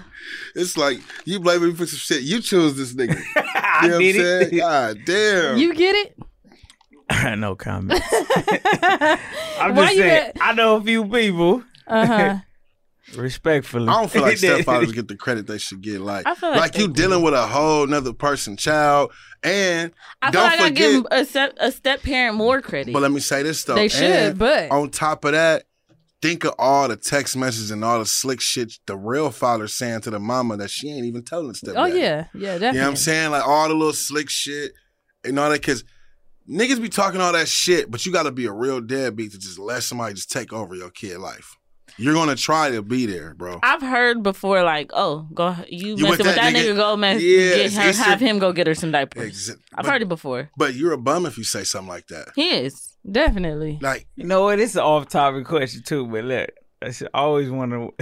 D: It's like you blame me for some shit. You chose this nigga.
C: (laughs) I
D: You know what I'm
C: did it.
D: saying? God damn.
A: you get
C: (laughs)
A: it. (laughs)
C: no comment. (laughs)
A: Why
C: I'm just
A: you
C: saying,
A: got-
C: I know a few people,
A: Uh huh.
C: respectfully.
D: I don't
C: (laughs)
D: feel like
C: that-
D: stepfathers get the credit they should get. Like,
B: I feel
D: like,
B: like
D: you
B: they-
D: dealing with a whole nother person, child, and
B: I feel
D: don't
B: like I
D: forget.
B: give a step a step parent more credit.
D: but uh, let me say this
C: Oh,
D: though,
A: They should,
D: And
A: but
D: on top of that, think of all the text messages and all the slick shit the real father's saying to the mama that she ain't even telling stepdad.
A: oh yeah, yeah, definitely.
D: you know what I'm saying? Like all the little slick shit and all that. Cause niggas be talking all that shit, but you got to be a real deadbeat to just let somebody just take over your kid life. You're gonna try to be there, bro.
B: I've heard before, like, oh, go you, messing with that, nigga, go mess,
D: Yeah,
B: get
D: it's-
B: her,
D: it's
B: have
D: your-
B: him go get her some diapers.
D: Exa-
B: I've
D: but-
B: heard it before.
D: But you're a bum if you say something like that.
B: He is.
A: Definitely.
D: Like,
C: You know what? It's an off-topic question too, but look, I should always wonder (laughs)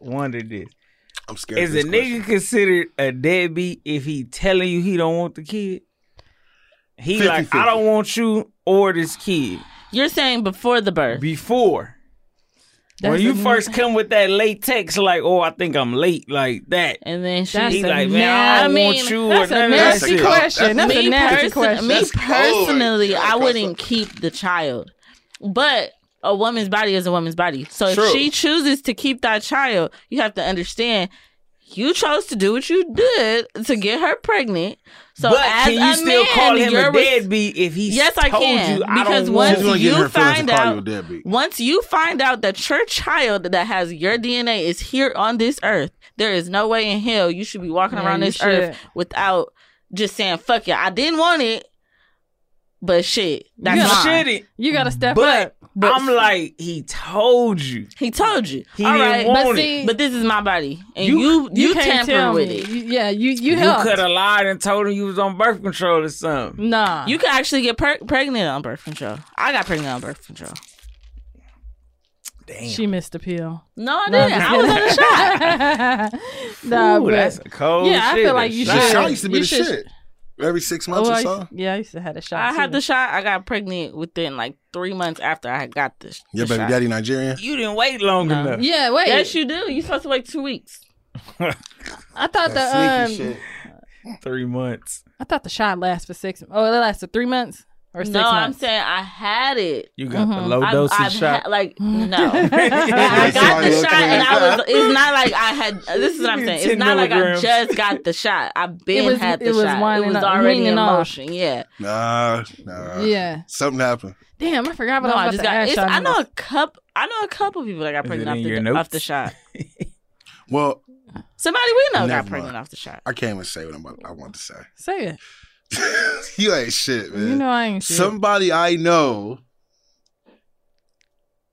C: wonder this:
D: I'm scared.
C: Is
D: of
C: a
D: this
C: nigga considered a deadbeat if he telling you he don't want the kid? He
D: 50-50.
C: like, I don't want you or this kid
B: You're saying before the birth.
C: before. when
A: That's
C: you
A: a-
C: first come with that late text, like, oh, I think I'm late, like that.
B: And then she
A: That's
C: He
A: a
C: like, man, I don't
B: na- I
C: want
B: mean,
C: you or
A: That's a
C: none of that
A: nasty
D: That's a
C: shit.
D: call.
A: question. That's a
B: me,
A: nasty
B: person- me
A: question.
D: That's cold.
B: personally,
D: That's
B: I
D: cold.
B: wouldn't keep the child, but a woman's body is a woman's body. So
C: True.
B: if she chooses to keep that child, you have to understand you chose to do what you did to get her pregnant. So
C: but
B: as
C: can you
B: a
C: still
B: man,
C: call him
B: you're
C: a
B: res-
C: deadbeat if he
B: Yes, I
C: told
B: can,
C: you I
B: because
C: don't
B: once
C: want
D: She's gonna
B: you
D: get in her feelings
B: find
D: and call
B: out-
D: you a deadbeat.
B: Once you find out that your child that has your DNA is here on this earth, there is no way in hell you should be walking
A: Yeah,
B: around
A: you
B: this earth
A: should.
B: without just saying "fuck it." I didn't want it, but shit, that's
A: You
B: mine.
C: shouldn't.
A: You gotta step
C: But,
A: up.
B: But-
C: I'm like, he told you.
B: He told you.
C: He
B: All
C: didn't
B: right,
C: want
A: But
C: it.
A: see,
B: but this is my body, and
C: You-
B: you you,
A: you, can't
B: tamper
A: tell
B: with
A: me.
B: it.
A: You- Yeah, you you
C: You
A: helped.
C: could have lied and told him you was on birth control or something.
A: Nah,
B: You can actually get per- pregnant on birth control. I got pregnant on birth control.
C: Damn.
A: she missed the pill.
B: No, I didn't. I was
A: (laughs)
B: on the shot.
A: nah,
C: Ooh,
A: but
C: that's a cold
A: Yeah, I
C: shit.
A: feel like you
D: The
C: That's
A: should-
C: nice.
D: shot used to be
A: you
D: the
A: should-
D: shit. Every six months
A: oh, I
D: or so.
A: used, yeah, I used to have the shot.
B: I had
A: too.
B: the shot. I got pregnant within like three months after I had got this.
D: Your
B: the
D: baby
B: shot.
D: daddy Nigerian.
C: You didn't wait long
B: No.
C: enough.
A: Yeah, wait.
B: Yes, you do. You supposed to wait two weeks.
A: I thought the um,
C: Three months.
A: I thought the shot lasts for six. Oh, it lasted three months or six
B: no, I'm
A: months.
B: saying I had it.
C: You got the
A: Mhm.
C: low
B: Mm-hmm. I've-
C: dosage
B: I've
C: Oh, shot.
B: had- (laughs) like
A: (laughs)
B: no. I
D: That's
B: got
D: why
B: the shot
D: you look
B: and
D: like
B: I was.
D: that.
A: (laughs)
B: It's not like I had. This is what I'm saying. It's
C: 10
B: not like I
C: milligrams.
B: just got the shot. I been
A: It was-
B: had the
A: it was
B: shot. It
A: winding
B: was
A: up-
B: already in
A: weaning off.
B: motion. Yeah.
D: Nah, nah.
A: yeah.
D: Something happened.
A: Damn, I forgot
B: No,
A: what I
B: I
A: was
B: just
A: about to
B: got.
A: ask
B: It's,
A: y'all.
B: I know
A: niggas.
B: a couple. I know a couple people that got
C: Is it
B: pregnant
C: in
B: off
C: your
B: the,
C: notes?
B: off the shot.
D: Well,
B: Somebody we know
D: Never
B: got pregnant
D: mind.
B: off the shot.
D: I can't even say what I'm about, I want to say. (laughs)
A: Say it.
D: you ain't shit, man.
A: You know I ain't shit.
D: Somebody I know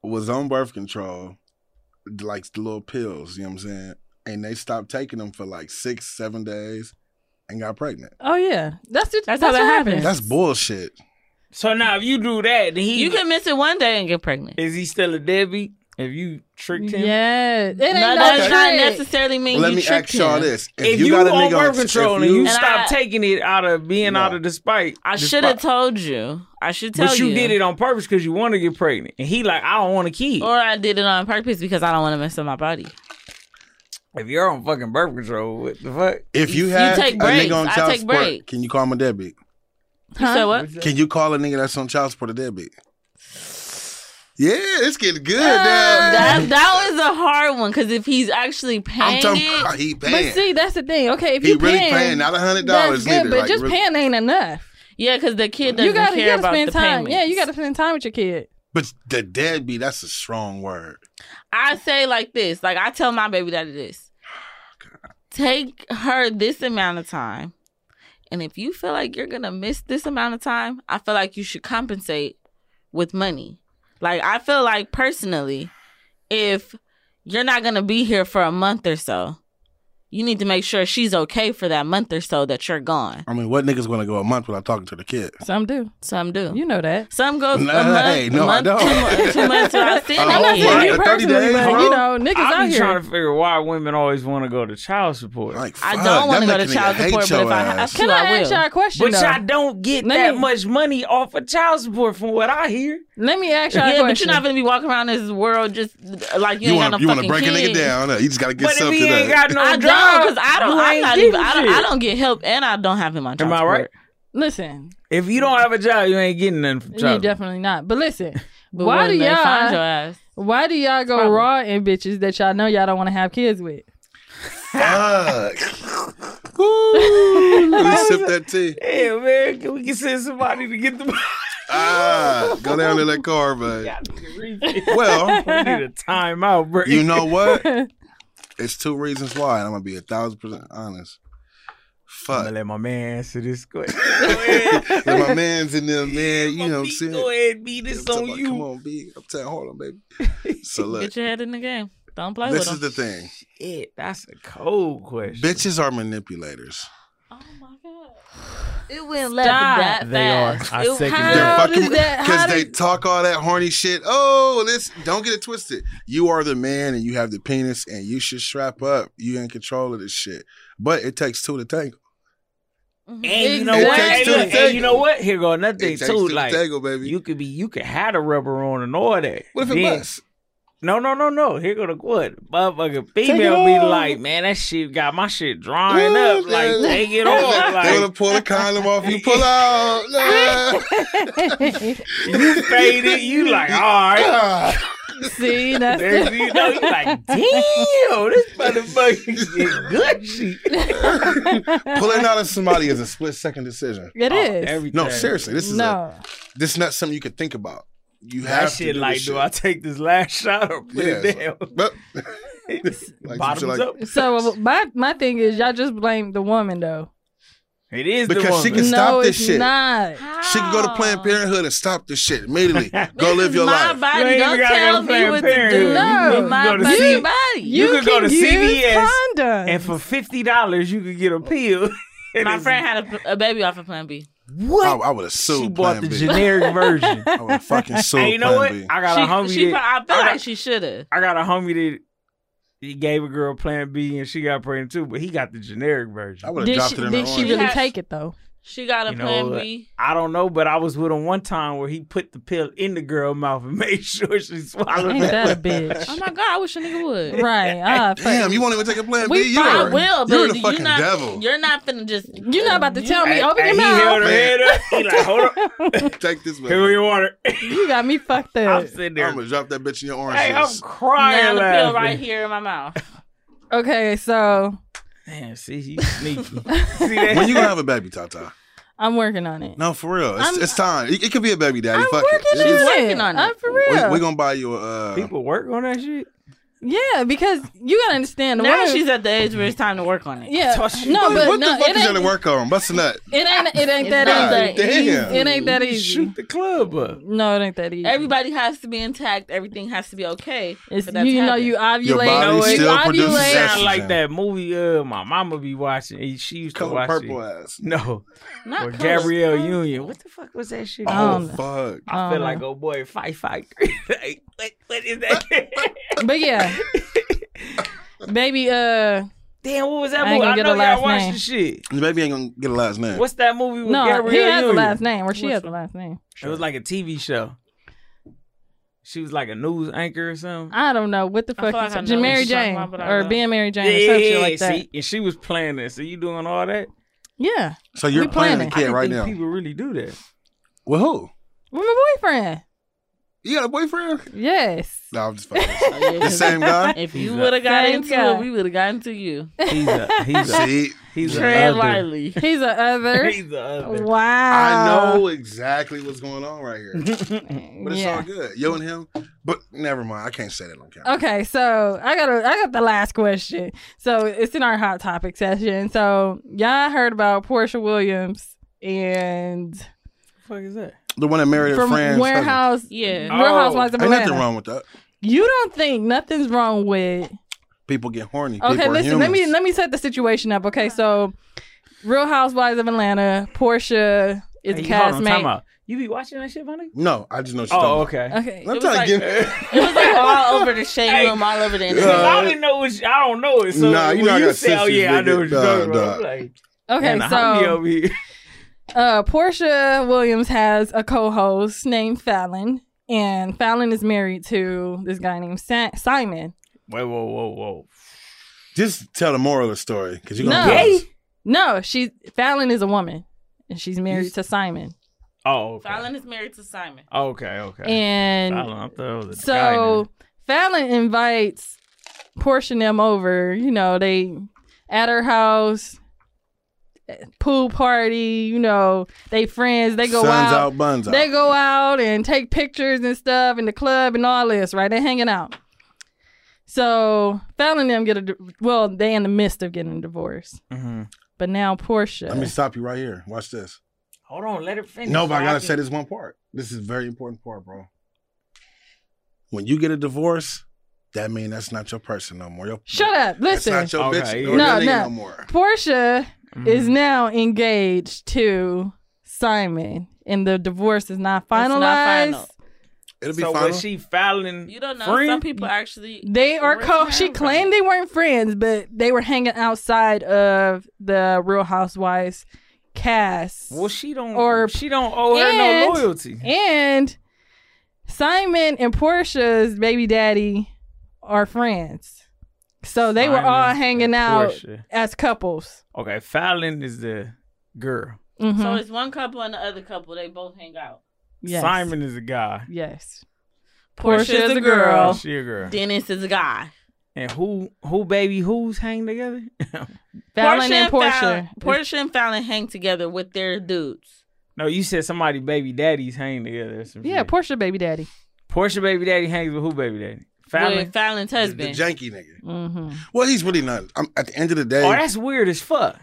D: was on birth control, like the little pills, you know what I'm saying? And they stopped taking them for like six, seven days and got pregnant.
A: oh yeah, that's it.
B: That's
A: That's,
B: how
A: what
B: that
A: happens.
D: That's bullshit.
C: (laughs) So now, if you do that, then he
B: You can miss it one day and get pregnant.
C: is he still a deadbeat? If you tricked him,
A: Yeah, it ain't
B: no,
A: no,
B: that does not
A: trick.
B: necessarily mean
D: Let
B: you
D: me
B: tricked
D: ask y'all
B: him.
D: this.
C: if, you, on birth
D: if
C: control and
D: you-
C: you
B: And
C: stop
B: I-
C: taking it out of being
D: No.
C: out of despite,
B: I should have told you. I should tell
C: But you,
B: you.
C: did it on purpose because you want to get pregnant, and he like, I don't want a kid.
B: Or I did it on purpose because I don't want to mess up my body.
C: if you're on fucking birth control, what the fuck?
D: If you
B: You
D: have
B: take
D: a
B: breaks.
D: nigga on
B: I
D: child
B: take
D: support,
B: breaks.
D: can you call him a deadbeat?
A: Huh?
B: You said what?
D: Can you call a nigga that's on child support a deadbeat? Yeah, it's getting good.
B: Uh,
D: Oh,
B: That
D: now.
B: that was a hard one because if he's actually
D: I'm
B: paying
D: talking
B: it,
D: he
A: But
D: paying.
A: see, that's the thing. Okay, if
D: he
A: you
D: really
A: paying,
D: paying, not a hundred
A: that's
D: dollars
A: good.
D: neither.
A: But
D: like,
A: just
D: really-
A: paying ain't enough.
B: yeah, because the kid doesn't
A: You gotta,
B: care
A: you gotta
B: about
A: spend
B: the
A: time.
B: payments.
A: Yeah, you gotta spend time with your kid.
D: But the deadbeat, that's a strong word.
B: I say like this, like I tell my baby daddy this: take her this amount of time, and if you feel like you're gonna miss this amount of time, I feel like you should compensate with money. Like I feel like personally, if you're not gonna be here for a month or so, You need to make sure she's okay for that month or so that you're gone.
D: I mean, what niggas gonna go a month without talking to the kid?
A: Some do.
B: Some do.
A: You know
B: (laughs)
A: that.
B: Some go
D: Nah,
B: a month,
D: hey, no, I
B: month,
D: don't.
B: two months, two months without seeing
D: I'm
A: I'm not
D: (laughs) Oh,
A: saying
D: right.
A: you
B: you.
D: A 30
A: personally,
D: days,
A: but
D: bro?
A: you know, niggas
C: I
A: out
C: be
A: here.
C: trying to figure why women always want to go to child support.
D: Like,
B: I
D: fuck,
B: don't want to
D: that
B: go to
D: nigga
B: child
D: hate
B: support, but
D: your
B: if I
D: ass.
B: (laughs) have to,
A: Can I,
B: I
A: ask y'all
B: will.
A: a question?
C: but
A: though?
C: y'all don't get
A: Let
C: that
A: me-
C: much money off of child support from what I hear.
A: Let me ask y'all a
B: Yeah, but
A: question.
B: you're not gonna be walking around this world just like you,
D: you
B: ain't
D: want
B: got
D: to
B: no fucking
D: break
B: kid.
D: a nigga down? huh? You just gotta get
C: But if
D: something.
C: he ain't
D: to
C: got no
B: I don't,
C: job,
B: cause I don't.
C: you
B: I'm
C: ain't
B: not
C: getting
B: even. I don't, I
C: shit.
B: don't get help, and I don't have him on child
C: Am I
B: support.
C: right?
A: listen,
C: If you don't have a job, you ain't getting nothing from child
A: you
C: support.
A: definitely not. But listen,
B: (laughs) But
A: why do
B: when they find
A: y'all?
B: your ass?
A: Why do y'all go
B: Problem.
A: raw in bitches that y'all know y'all don't want to have kids
B: (laughs)
A: with?
D: get. Fuck. Ooh,
B: (laughs)
D: Let me sip that tea.
C: Yeah, man, can we can send somebody to get the. (laughs)
D: Ah, go down to that car, bud.
C: I need a refill.
D: Well,
B: (laughs)
C: We need a timeout, bro.
D: you know what? It's two reasons why, and I'm gonna be a thousand percent honest.
C: I'm gonna
D: Fuck.
C: let my man answer this question. Go ahead.
D: Let my man's in there, man. (laughs) You
C: My
D: know what I'm
C: feet,
D: saying?
C: Go ahead, be
D: I'm
C: this
D: talking
C: on
D: about,
C: you.
D: Come on, B. I'm telling hold on, baby.
C: (laughs)
D: So look,
B: Get your head in the game. Don't play
D: this is
B: with
D: the
B: them.
D: thing.
C: Shit, that's a cold question.
D: Bitches are manipulators.
B: oh my god! It went left
A: Stop.
B: that
C: They are.
B: fast.
C: I
B: It-
C: second
B: how
C: that.
D: They're
A: How
D: fucking
A: does that-
D: because
A: how
D: they
A: does-
D: talk all that horny shit. Oh, this don't get it twisted. You are the man and you have the penis and you should strap up. You in control of this shit. But it takes two to tango.
B: Mm-hmm.
C: And you know
D: It
C: what?
D: takes
C: Hey,
D: two
C: look,
D: to
C: And,
D: tango.
C: you know what? Here go another
D: It
C: thing
D: takes
C: too.
D: two
C: Like
D: to tango, baby.
C: you could be, you could have the rubber on and all that.
D: what if it
C: Then-
D: busts?
C: No, no, no, no. Here go the what? Motherfucking female be
D: off.
C: like, man, that shit got my shit drying
D: Yeah,
C: up. Like
D: yeah.
C: take
D: (laughs)
C: it
D: They
C: off.
D: wanna
C: Like
D: pull the condom off, you
C: (laughs)
D: pull out. Nah.
C: you fade it.
D: (laughs)
C: You like, all right.
D: Ah.
A: See, that's
C: Next thing you know, you like, damn, this motherfucker get
D: (laughs)
C: Gucci.
D: Pulling out of somebody is a split second decision.
A: it
C: Oh,
A: is.
C: Everything.
D: No, seriously, this is a,
A: no,
D: this is not something you could think about. You
C: That
D: have
C: shit,
D: to do
C: like,
D: this
C: do I (laughs)
D: shit.
C: take this last shot or put
D: Yeah,
C: it
D: it's
C: down?
D: But
C: Bottom
D: (laughs) like-
C: Bottoms up.
A: So my my thing is y'all just blame the woman though.
C: It is the
D: Because she
C: woman.
D: can-
A: no,
D: stop
A: it's
D: this shit.
A: not.
D: (laughs) she can go to Planned Parenthood and stop this shit
B: (laughs)
D: immediately. Go
B: This
D: live
B: is
D: your
B: my
D: life.
B: Body.
C: You ain't
B: Don't
C: even gotta go
B: tell
C: to
B: me
C: Planned
B: what to
C: Parenthood.
B: do.
C: You
A: can
B: my
C: go to
B: body,
C: see-
B: body.
A: You,
C: could go
A: can
C: to
A: use
C: CVS
A: condoms.
C: And for fifty dollars, you could get a pill. (laughs) And
B: my
C: it's-
B: friend had a, a baby off of Plan B.
D: I,
C: what?
D: I would have
C: she
D: sued
C: bought
D: Plan
C: the
B: (laughs)
D: B.
C: generic version.
D: I would have fucking sued
C: and you know what?
D: Plan B.
C: I got a homie.
B: She, she,
C: that,
B: pro- I feel
C: I got-
B: like she should have.
C: I got a homie that he gave a girl Plan B, and she got pregnant too. But he got the generic version.
D: I would have
A: did
D: dropped
A: she,
D: it in
A: did
D: the
A: she
D: orange.
A: really
B: Yeah.
A: take it
D: (laughs)
A: though?
B: She got a
C: You know
B: Plan
C: what?
B: B.
C: I don't know, but I was with him one time where he put the pill in the girl mouth and (laughs) made sure she swallowed
A: Ain't
C: it.
A: that a
B: Oh
A: bitch?
B: my god! I wish a nigga would.
A: (laughs)
D: (laughs)
A: right. Ah, fuck.
D: Damn, you won't even take a Plan
A: We
D: B.
A: fine,
D: You're,
B: I will, but
D: you're the
B: you
D: fucking
B: not, (laughs)
D: devil.
B: You're not finna just.
A: You're not about to tell me.
C: And-
A: Open your
C: and he held
A: mouth.
C: her head up. He like, hold
D: (laughs)
C: up,
D: Take this
C: here we
D: one.
C: water. (laughs)
A: You got me fucked up.
C: I'm sitting
D: I'm
C: there.
D: gonna drop that bitch in your orange
C: Hey, I'm
D: juice.
B: Now
C: crying
B: the
C: laughing.
B: pill right here in my mouth.
A: Okay, so
C: Damn, see,
A: (laughs)
C: you sneaky. see that?
D: When you gonna have a baby, Tata?
A: I'm working on it.
D: No, for real. It's,
A: I'm-
D: it's time. It, it could be a baby daddy.
A: I'm
D: Fuck
A: working on
D: it. It's-
A: it.
B: working on it.
A: I'm for
D: we-
A: real.
D: we, are gonna buy you a. Uh,
C: people work on that shit.
A: yeah, because you gotta understand the
B: now
A: woman-
B: she's at the age where it's time to work on
A: (laughs)
B: it.
A: yeah.
C: Toss you.
A: No,
D: what
A: but
D: what
A: no,
D: the fuck
A: it
D: is there to
A: ain't,
D: work on? Bust a nut.
A: it ain't it ain't
B: It's
A: that
B: not
A: easy.
D: damn.
A: It ain't that
C: You
A: easy.
C: Shoot the club up.
A: No, it ain't that easy.
B: Everybody has to be intact. Everything has to be okay.
A: It's,
B: for that to
A: you know
B: happen.
A: you ovulate.
D: Your body
A: you
D: still produces
A: ovulate.
D: That's
C: Sound
D: what
C: like
D: I'm
C: that movie uh my mama be watching. and She used to
D: Color
C: watch
D: purple
C: it.
D: ass.
C: No,
B: not
C: or
B: color.
C: Gabrielle Union. What the fuck was that shit?
D: Oh
A: Um,
D: fuck.
C: I
A: Um,
C: feel like oh boy, fight fight. (laughs) like, what, what is that?
A: (laughs) But yeah. Baby, uh
C: Damn, what was that
A: I ain't
C: movie?
A: gonna
C: I
A: get
C: know
A: a last
C: y'all watching
A: name.
C: shit.
D: The baby ain't gonna get a last name.
C: What's that movie with
A: no,
C: Gabrielle
A: he has
C: Union?
A: a last name, or she
C: Which
A: has a last name.
C: It was like a TV show. She was like a news anchor or something.
A: I don't know what the
B: I feel
A: fuck
B: like
A: is
B: I know
A: J-
B: what
A: Mary
B: you're talking
A: Jane
B: about, but I
A: or
B: don't-
A: being Mary Jane or some shit like that.
C: see, and she was playing that. So you doing all that?
A: Yeah,
D: So you're
A: we
D: playing
A: planning.
D: the
C: I
D: kid
C: didn't
D: right
C: think
D: now.
C: People really do that.
D: Well, who?
A: with my boyfriend.
D: You got a boyfriend?
A: Yes.
D: No, I'm just fucking.
B: The
D: the same guy.
B: If you
C: He's
B: would have got
A: Same
B: into
A: guy.
B: it, we would have gotten
A: (laughs)
B: to you.
C: He's a he's a
D: See,
C: he's a
B: Tread
C: other.
B: lightly.
A: He's a
D: (laughs)
A: other.
C: He's a other.
A: wow.
D: I know exactly what's going on
A: (laughs)
D: right here, but it's all
A: yeah.
D: good. You and him, but never mind. I can't say that on camera.
A: Okay, so I got a, I got the last question. So it's in our hot topic session. So y'all heard about Portia Williams and
C: fuck is that?
D: The one that married her
A: from
D: friend's husband.
A: Warehouse,
B: Yeah.
A: Real
C: Oh,
A: Housewives of
D: Ain't
A: Atlanta.
D: nothing wrong with that.
A: You don't think nothing's wrong with
D: People get horny. People
A: Okay,
D: are
A: listen. Let me
D: humans.
A: let me set the situation up. Okay, so Real Housewives of Atlanta, Portia is
C: Hey,
A: a
C: hold on, time
A: castmate.
C: out. You be watching that shit, Vonnie?
D: No, I just know. She's
C: Oh,
D: oh,
C: okay.
D: (laughs)
C: (laughs)
A: Okay,
B: It
D: I'm
B: was
D: trying
B: like-
D: to give.
B: It was like all over the shade room, all over the internet.
D: Uh,
C: I didn't know. What you, I don't know it. So
D: Nah, you know
C: when
D: I
C: you
D: got
C: say, "Oh
D: sisters,
C: yeah, I know
D: nigga.
C: what you're
D: Nah,
C: talking about." I'm
D: nah.
C: Like,
A: okay.
C: man, a homie
A: So
C: over here. (laughs)
A: uh, Portia Williams has a co-host named Fallon, and Fallon is married to this guy named Sa- Simon.
C: Wait, whoa, whoa, whoa.
D: Just tell the moral of the story because you're
A: No.
D: gonna.
A: Gay?
D: Gay?
A: No, she Fallon is a woman, and she's married to Simon.
C: Oh, okay. Oh,
B: Fallon is married to Simon.
C: Okay, okay.
A: And
C: Fallon, I thought it was a guy
A: so Fallon invites Portia and them over. You know, they at her house, pool party. You know, they friends. They go
D: Suns out,
A: out.
D: buns out.
A: They go out and take pictures and stuff in the club and all this. Right, they hanging out. So Fallon and them get a di- well. They in the midst of getting a divorce,
C: there. Mhm.
A: but now Portia.
D: Let me stop you right here. Watch this.
C: Hold on, let it finish.
D: No, but I gotta
C: can-
D: say this one part. This is a very important part, bro. When you get a divorce, that means that's not your person no more. Your,
A: Shut up.
D: that's
A: Listen.
D: not your
C: Okay,
D: bitch
C: yeah.
D: or
A: No,
D: your nigga
A: no.
D: no more.
A: Portia
C: Mhm.
A: is now engaged to Simon, and the divorce is not finalized.
B: It's not final.
D: It'll be
C: so
D: fine.
C: was she Fallon?
B: You don't know.
C: Friend?
B: Some people actually.
A: They are
B: Where's
A: co.
B: that
A: She
B: from?
A: claimed they weren't friends, but they were hanging outside of the Real Housewives cast.
C: Well, she don't.
A: Or-
C: Or she don't owe her
A: And-
C: no loyalty.
A: and Simon and Portia's baby daddy are friends, so they were all
C: Simon
A: hanging
C: and
A: out
C: Portia.
A: as couples.
C: Okay, Fallon is the girl.
A: Mhm.
B: So it's one couple and the other couple. They both hang out.
A: Yes.
C: Simon is a guy.
A: Yes.
B: Portia is a
A: Oh.
B: girl.
C: She a girl.
B: Dennis is a guy.
C: And who who baby who's hang together? (laughs)
A: Fallon and Portia.
B: Fallon, Portia and Fallon hang together with their dudes.
C: no, you said somebody baby daddies hang together. Or some
A: Yeah,
C: shit.
A: Portia baby daddy.
C: Portia baby daddy hangs with who baby daddy?
B: With
C: Fallon.
B: Fallon's
D: the, the
B: husband.
D: janky nigga.
A: Mm-hmm.
D: Well, he's really not. I'm, at the end of the day,
C: Oh, that's weird as fuck.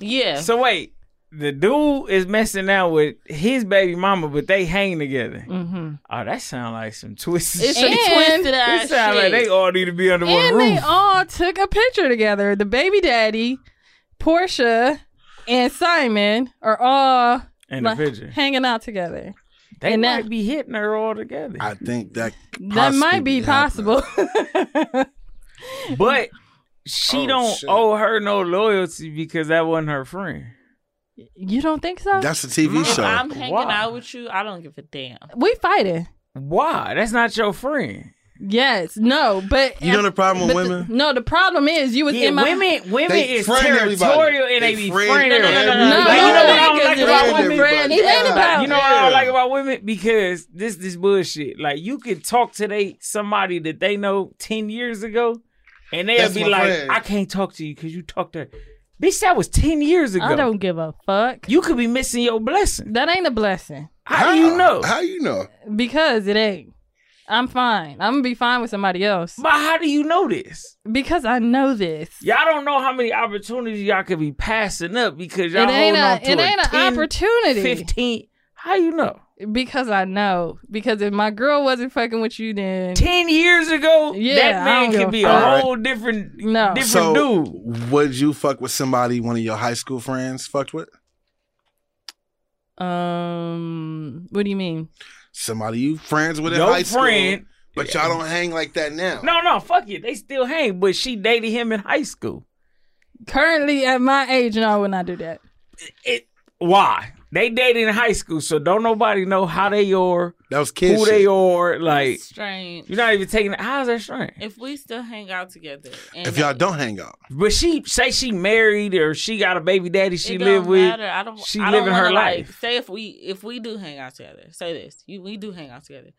B: yeah.
C: So wait, the dude is messing out with his baby mama, but they hang together.
A: Mm-hmm.
C: Oh, that sound like some twisted
B: it's some
C: shit.
A: And-
B: twisted
C: It
B: ass shit.
C: sound like they all need to be under one
A: And they
C: roof.
A: all took a picture together. The baby daddy, Portia, and Simon are all
C: in the
A: like, (laughs)
C: picture,
A: hanging out together.
C: they
A: and
C: might
A: that-
C: be hitting her all together. (laughs)
D: I think that
A: that
D: possibly
A: might be
D: be happening.
A: possible. (laughs)
C: But she
D: Oh,
C: don't
D: shit.
C: owe her no loyalty because that wasn't her friend.
A: you don't think so?
D: that's a TV
B: If
C: Mm-hmm.
D: show.
B: I'm hanging
C: Why?
B: out with you, I don't give a damn.
A: we fighting.
C: Why? That's not your friend.
A: Yes. No. But
D: you know the problem
A: but
D: with
A: the-
D: women?
A: no, the problem is you was
C: Yeah,
A: in my
C: women, women
D: They
C: is
D: friend
C: territorial
D: everybody.
C: and they,
D: They
C: be
D: friend
C: friend.
B: No, no, no,
C: everybody.
B: no, no.
A: No,
C: Like, you know what I don't
A: niggas
C: like
A: is
C: about
A: all
C: women?
A: friend. It ain't about-
C: You know what I don't like about women because this this bullshit. Like you could talk to they somebody that they know ten years ago, and they'll
D: That's
C: be
D: my
C: like,
D: friend.
C: "I can't talk to you because you talked to." Bitch, that was ten years ago.
A: I don't give a fuck.
C: You could be missing your blessing.
A: That ain't a blessing
C: How, do you know?
D: How you know?
A: because it ain't. I'm fine. I'm gonna be fine with somebody else
C: but how do you know this?
A: because I know this.
C: Y'all don't know how many opportunities y'all could be passing up because y'all
A: it ain't
C: holding on
A: a
C: to
A: it
C: a
A: ain't an
C: 10,
A: opportunity
C: 15. How you know?
A: because I know because if my girl wasn't fucking with you then
C: Ten years ago,
A: Yeah, I
C: that
A: don't
C: man
A: give a
C: could be a
D: fuck.
C: whole different,
A: No.
C: different
D: so,
C: dude.
D: would you fuck with somebody one of your high school friends fucked with?
A: um what do you mean
D: Somebody you friends with in
C: Your
D: high school,
C: friend.
D: but y'all don't hang like that now.
C: No, no, fuck it. They still hang, but she dated him in high school.
A: currently at my age no I would not do that
C: It why? They dated in high school, so don't nobody know how they are,
D: that was kids.
C: who they are. Like
B: Strange.
C: you're not even taking. How's that strange?
B: if we still hang out together, and
D: If y'all don't hang out,
C: But she say she married or she got a baby daddy
B: it
C: she
B: don't
C: live with.
B: matter. I don't.
C: she
B: I
C: living
B: don't wanna,
C: her
B: like,
C: life.
B: Say if we if we do hang out together. Say this. You we do hang out together.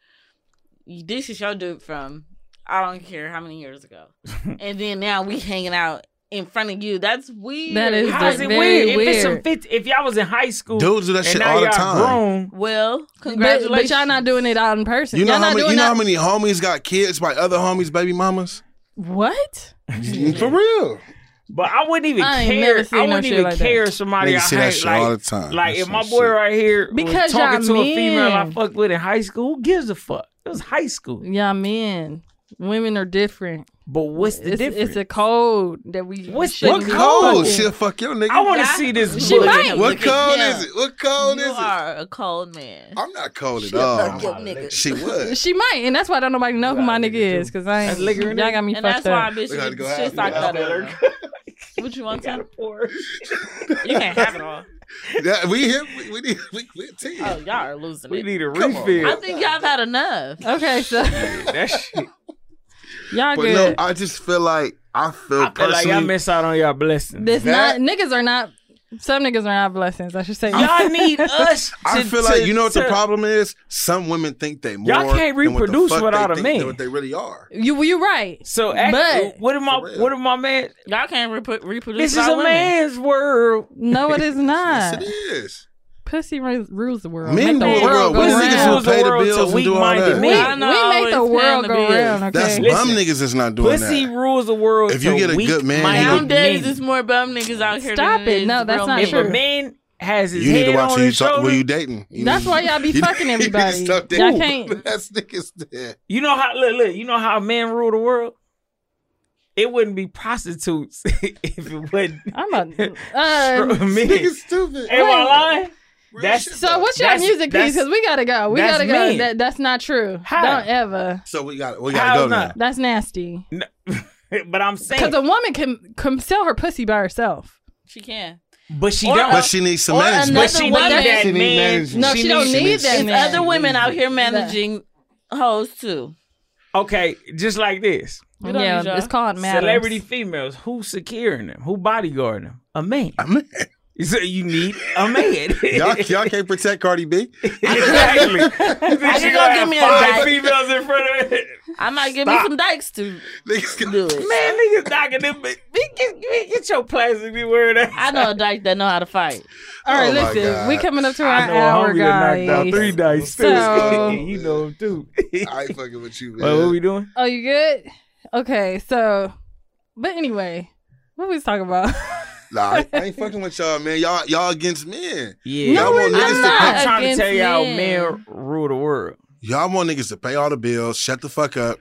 B: You- This is your dude from I don't care how many years
D: (laughs)
B: ago, and then now we hanging out in front of you. That's weird.
A: That is
C: How is it
A: very
C: weird? If it's some
A: weird.
C: 50, if y'all was in high school
D: dudes do that
C: and
D: shit
C: now
D: all the
C: y'all
D: time.
C: grown,
B: well,
A: but,
B: congratulations.
A: but y'all not doing it out in person
D: You know
A: all
D: how
A: not
D: many,
A: doing
D: you know
A: that
D: how many homies got kids by other homies, baby mamas.
A: what
D: For real,
C: but I wouldn't even
A: I ain't
C: care.
A: never
C: I
A: seen no
C: wouldn't
A: shit
C: even
A: like that.
C: care if somebody
D: Niggas
C: I
D: see that
C: hate
D: shit
C: like
D: all the time.
C: Like if
D: That's
C: my
D: some
C: boy
D: shit.
C: right here
A: Because
C: was talking to
A: y'all
C: a female I
A: men.
C: fucked with in high school, who gives a fuck? It was high school.
A: yeah men women are different
C: But what's the
A: it's,
C: difference?
A: it's a code that we.
C: What's
A: we
D: What
A: shouldn't
C: the
A: be
D: code?
A: fucking-
D: She'll fuck your nigga.
C: I want to
B: Yeah.
C: see
B: (laughs)
C: this
A: She
C: book.
A: might.
D: what code
B: Yeah.
D: is it? What code
B: you
D: is it?
B: are a cold man.
D: (laughs) I'm not cold at
E: She'll
D: all.
E: fuck
D: (laughs)
E: your nigga.
D: She
C: (laughs)
D: (laughs) would.
A: She might, and that's why I don't nobody know who my
C: Liquor
A: nigga is, cause I ain't.
C: That's liquor
A: Y'all
C: in it?
A: got me
B: and
A: fucked
B: that's why
A: up.
D: We gotta
B: bitches
D: go
B: go
D: have
B: shit
D: it.
B: like
D: Yeah.
B: that. up. What you
D: (laughs)
B: want to?
C: (laughs)
B: You can't have it all.
D: Yeah, we here. We, we need. We, we a team.
B: Oh, y'all are losing
C: We
B: it.
C: need a
D: Come on.
C: refill.
B: I think y'all have had enough.
A: Okay, so (laughs)
C: that shit.
A: y'all
D: but
A: good.
D: no, I just feel like I feel
C: I feel like
D: personally.
C: y'all miss out on y'all blessings.
A: This
D: That-
A: not niggas are not. Some niggas are not blessings. I should say. (laughs)
C: y'all need us. To,
D: I feel like
C: to-
D: you know what the
C: to-
D: problem is. Some women think they more.
C: Y'all can't
D: than what the
C: reproduce
D: fuck they
C: without a
D: think than
C: man.
D: What they really are.
A: You you right.
C: So,
A: But-
C: act what am I?
D: For real.
C: What am I, man?
B: Y'all can't reproduce. reproduce
C: This is
B: without
C: a
B: women.
C: man's world.
A: No, it is
D: (laughs) Yes,
A: not.
D: it is.
A: Pussy ru- rules the world. Make
D: Men
A: the
D: rule the
A: world
D: world.
A: go
D: We niggas
A: round.
D: who pay the bills and do all that.
A: We,
D: men.
B: Y'all
A: we
B: know I
A: make the
B: always
A: world
B: paying the
A: go
B: bills.
A: round. Okay.
D: That's
C: Listen,
D: bum niggas is not doing
C: Pussy
D: that.
C: rules the world.
D: If you
C: to
D: get a
C: weak
D: good man,
C: minded
D: you-
B: Nowadays,
C: men.
B: it's more bum niggas out here.
A: Stop
B: than
A: it. No,
B: is
A: that's
B: real
A: not
B: men.
C: if
A: true.
C: a man has his
D: You need
C: head
D: to watch
C: on
D: who you
C: his
D: talk,
C: shoulder,
D: who you
C: you,
D: dating. You
A: That's
D: need-
A: why y'all be
D: (laughs) you
A: fucking
D: need to
A: everybody.
D: stop that.
A: Y'all can't.
D: (laughs) That's niggas there.
C: know how look, look, you know how men rule the world. It wouldn't be prostitutes (laughs) if it wasn't
A: I'm a. Uh,
C: men.
D: Niggas stupid.
C: Am I lying?
D: Real
C: That's-
D: shit,
A: so
D: though.
A: what's your
C: That's-
A: music piece?
C: that's-
A: Because we gotta go. We
C: that's
A: gotta go.
C: mean.
A: That, that's not true.
C: How?
A: Don't ever.
D: So we got. We
C: How
D: got to go
C: not?
D: now.
A: That's nasty.
C: But I'm saying,
A: Because a woman can can sell her pussy by herself.
B: She can.
C: but she
B: Or
C: don't.
B: a-
D: But she needs some
B: Or
D: management.
B: another
C: but she need
B: woman-
C: that
D: She need
C: man.
D: management.
A: No, she don't need
D: needs-
A: that
D: she
A: man.
B: There's
D: needs-
B: other women out here managing hoes too.
C: Okay, just like this.
B: We don't need y'all.
A: it's called matters.
C: Celebrity females, who's securing them? Who bodyguarding them? A man.
D: (laughs) I mean,
C: So you need a man. (laughs)
D: y'all, y'all can't protect Cardi B.
C: exactly. You think she
B: gonna
C: gonna
B: give
C: have
B: me a
C: five
B: guy.
C: females in front of it?
B: I might give
C: Stop.
B: me some dykes to
D: Niggas can-
B: do it.
C: Man, niggas knocking them. Get, get, get- get your plastic be wearing that. (laughs)
B: I know a dyke that know how to fight.
A: All right,
D: Oh my
A: listen,
D: God.
A: we coming up to
C: I
A: our
C: know
A: hour,
C: a homie that knocked out
A: guys.
C: three dice too.
A: So-
C: (laughs) you know him too.
D: I ain't fucking with you,
C: Well, what
D: man.
C: we doing?
A: Oh, you good? Okay, so, but anyway, what we was talking
C: (laughs)
A: about?
D: Nah, I- I ain't fucking with y'all, man. Y'all, y'all against men.
C: Yeah.
D: Y'all want
A: we're
D: niggas to
A: not.
D: come
C: I'm trying to
A: Against
C: tell y'all,
A: men.
C: men rule the world.
D: Y'all want niggas to pay all the bills, shut the fuck up,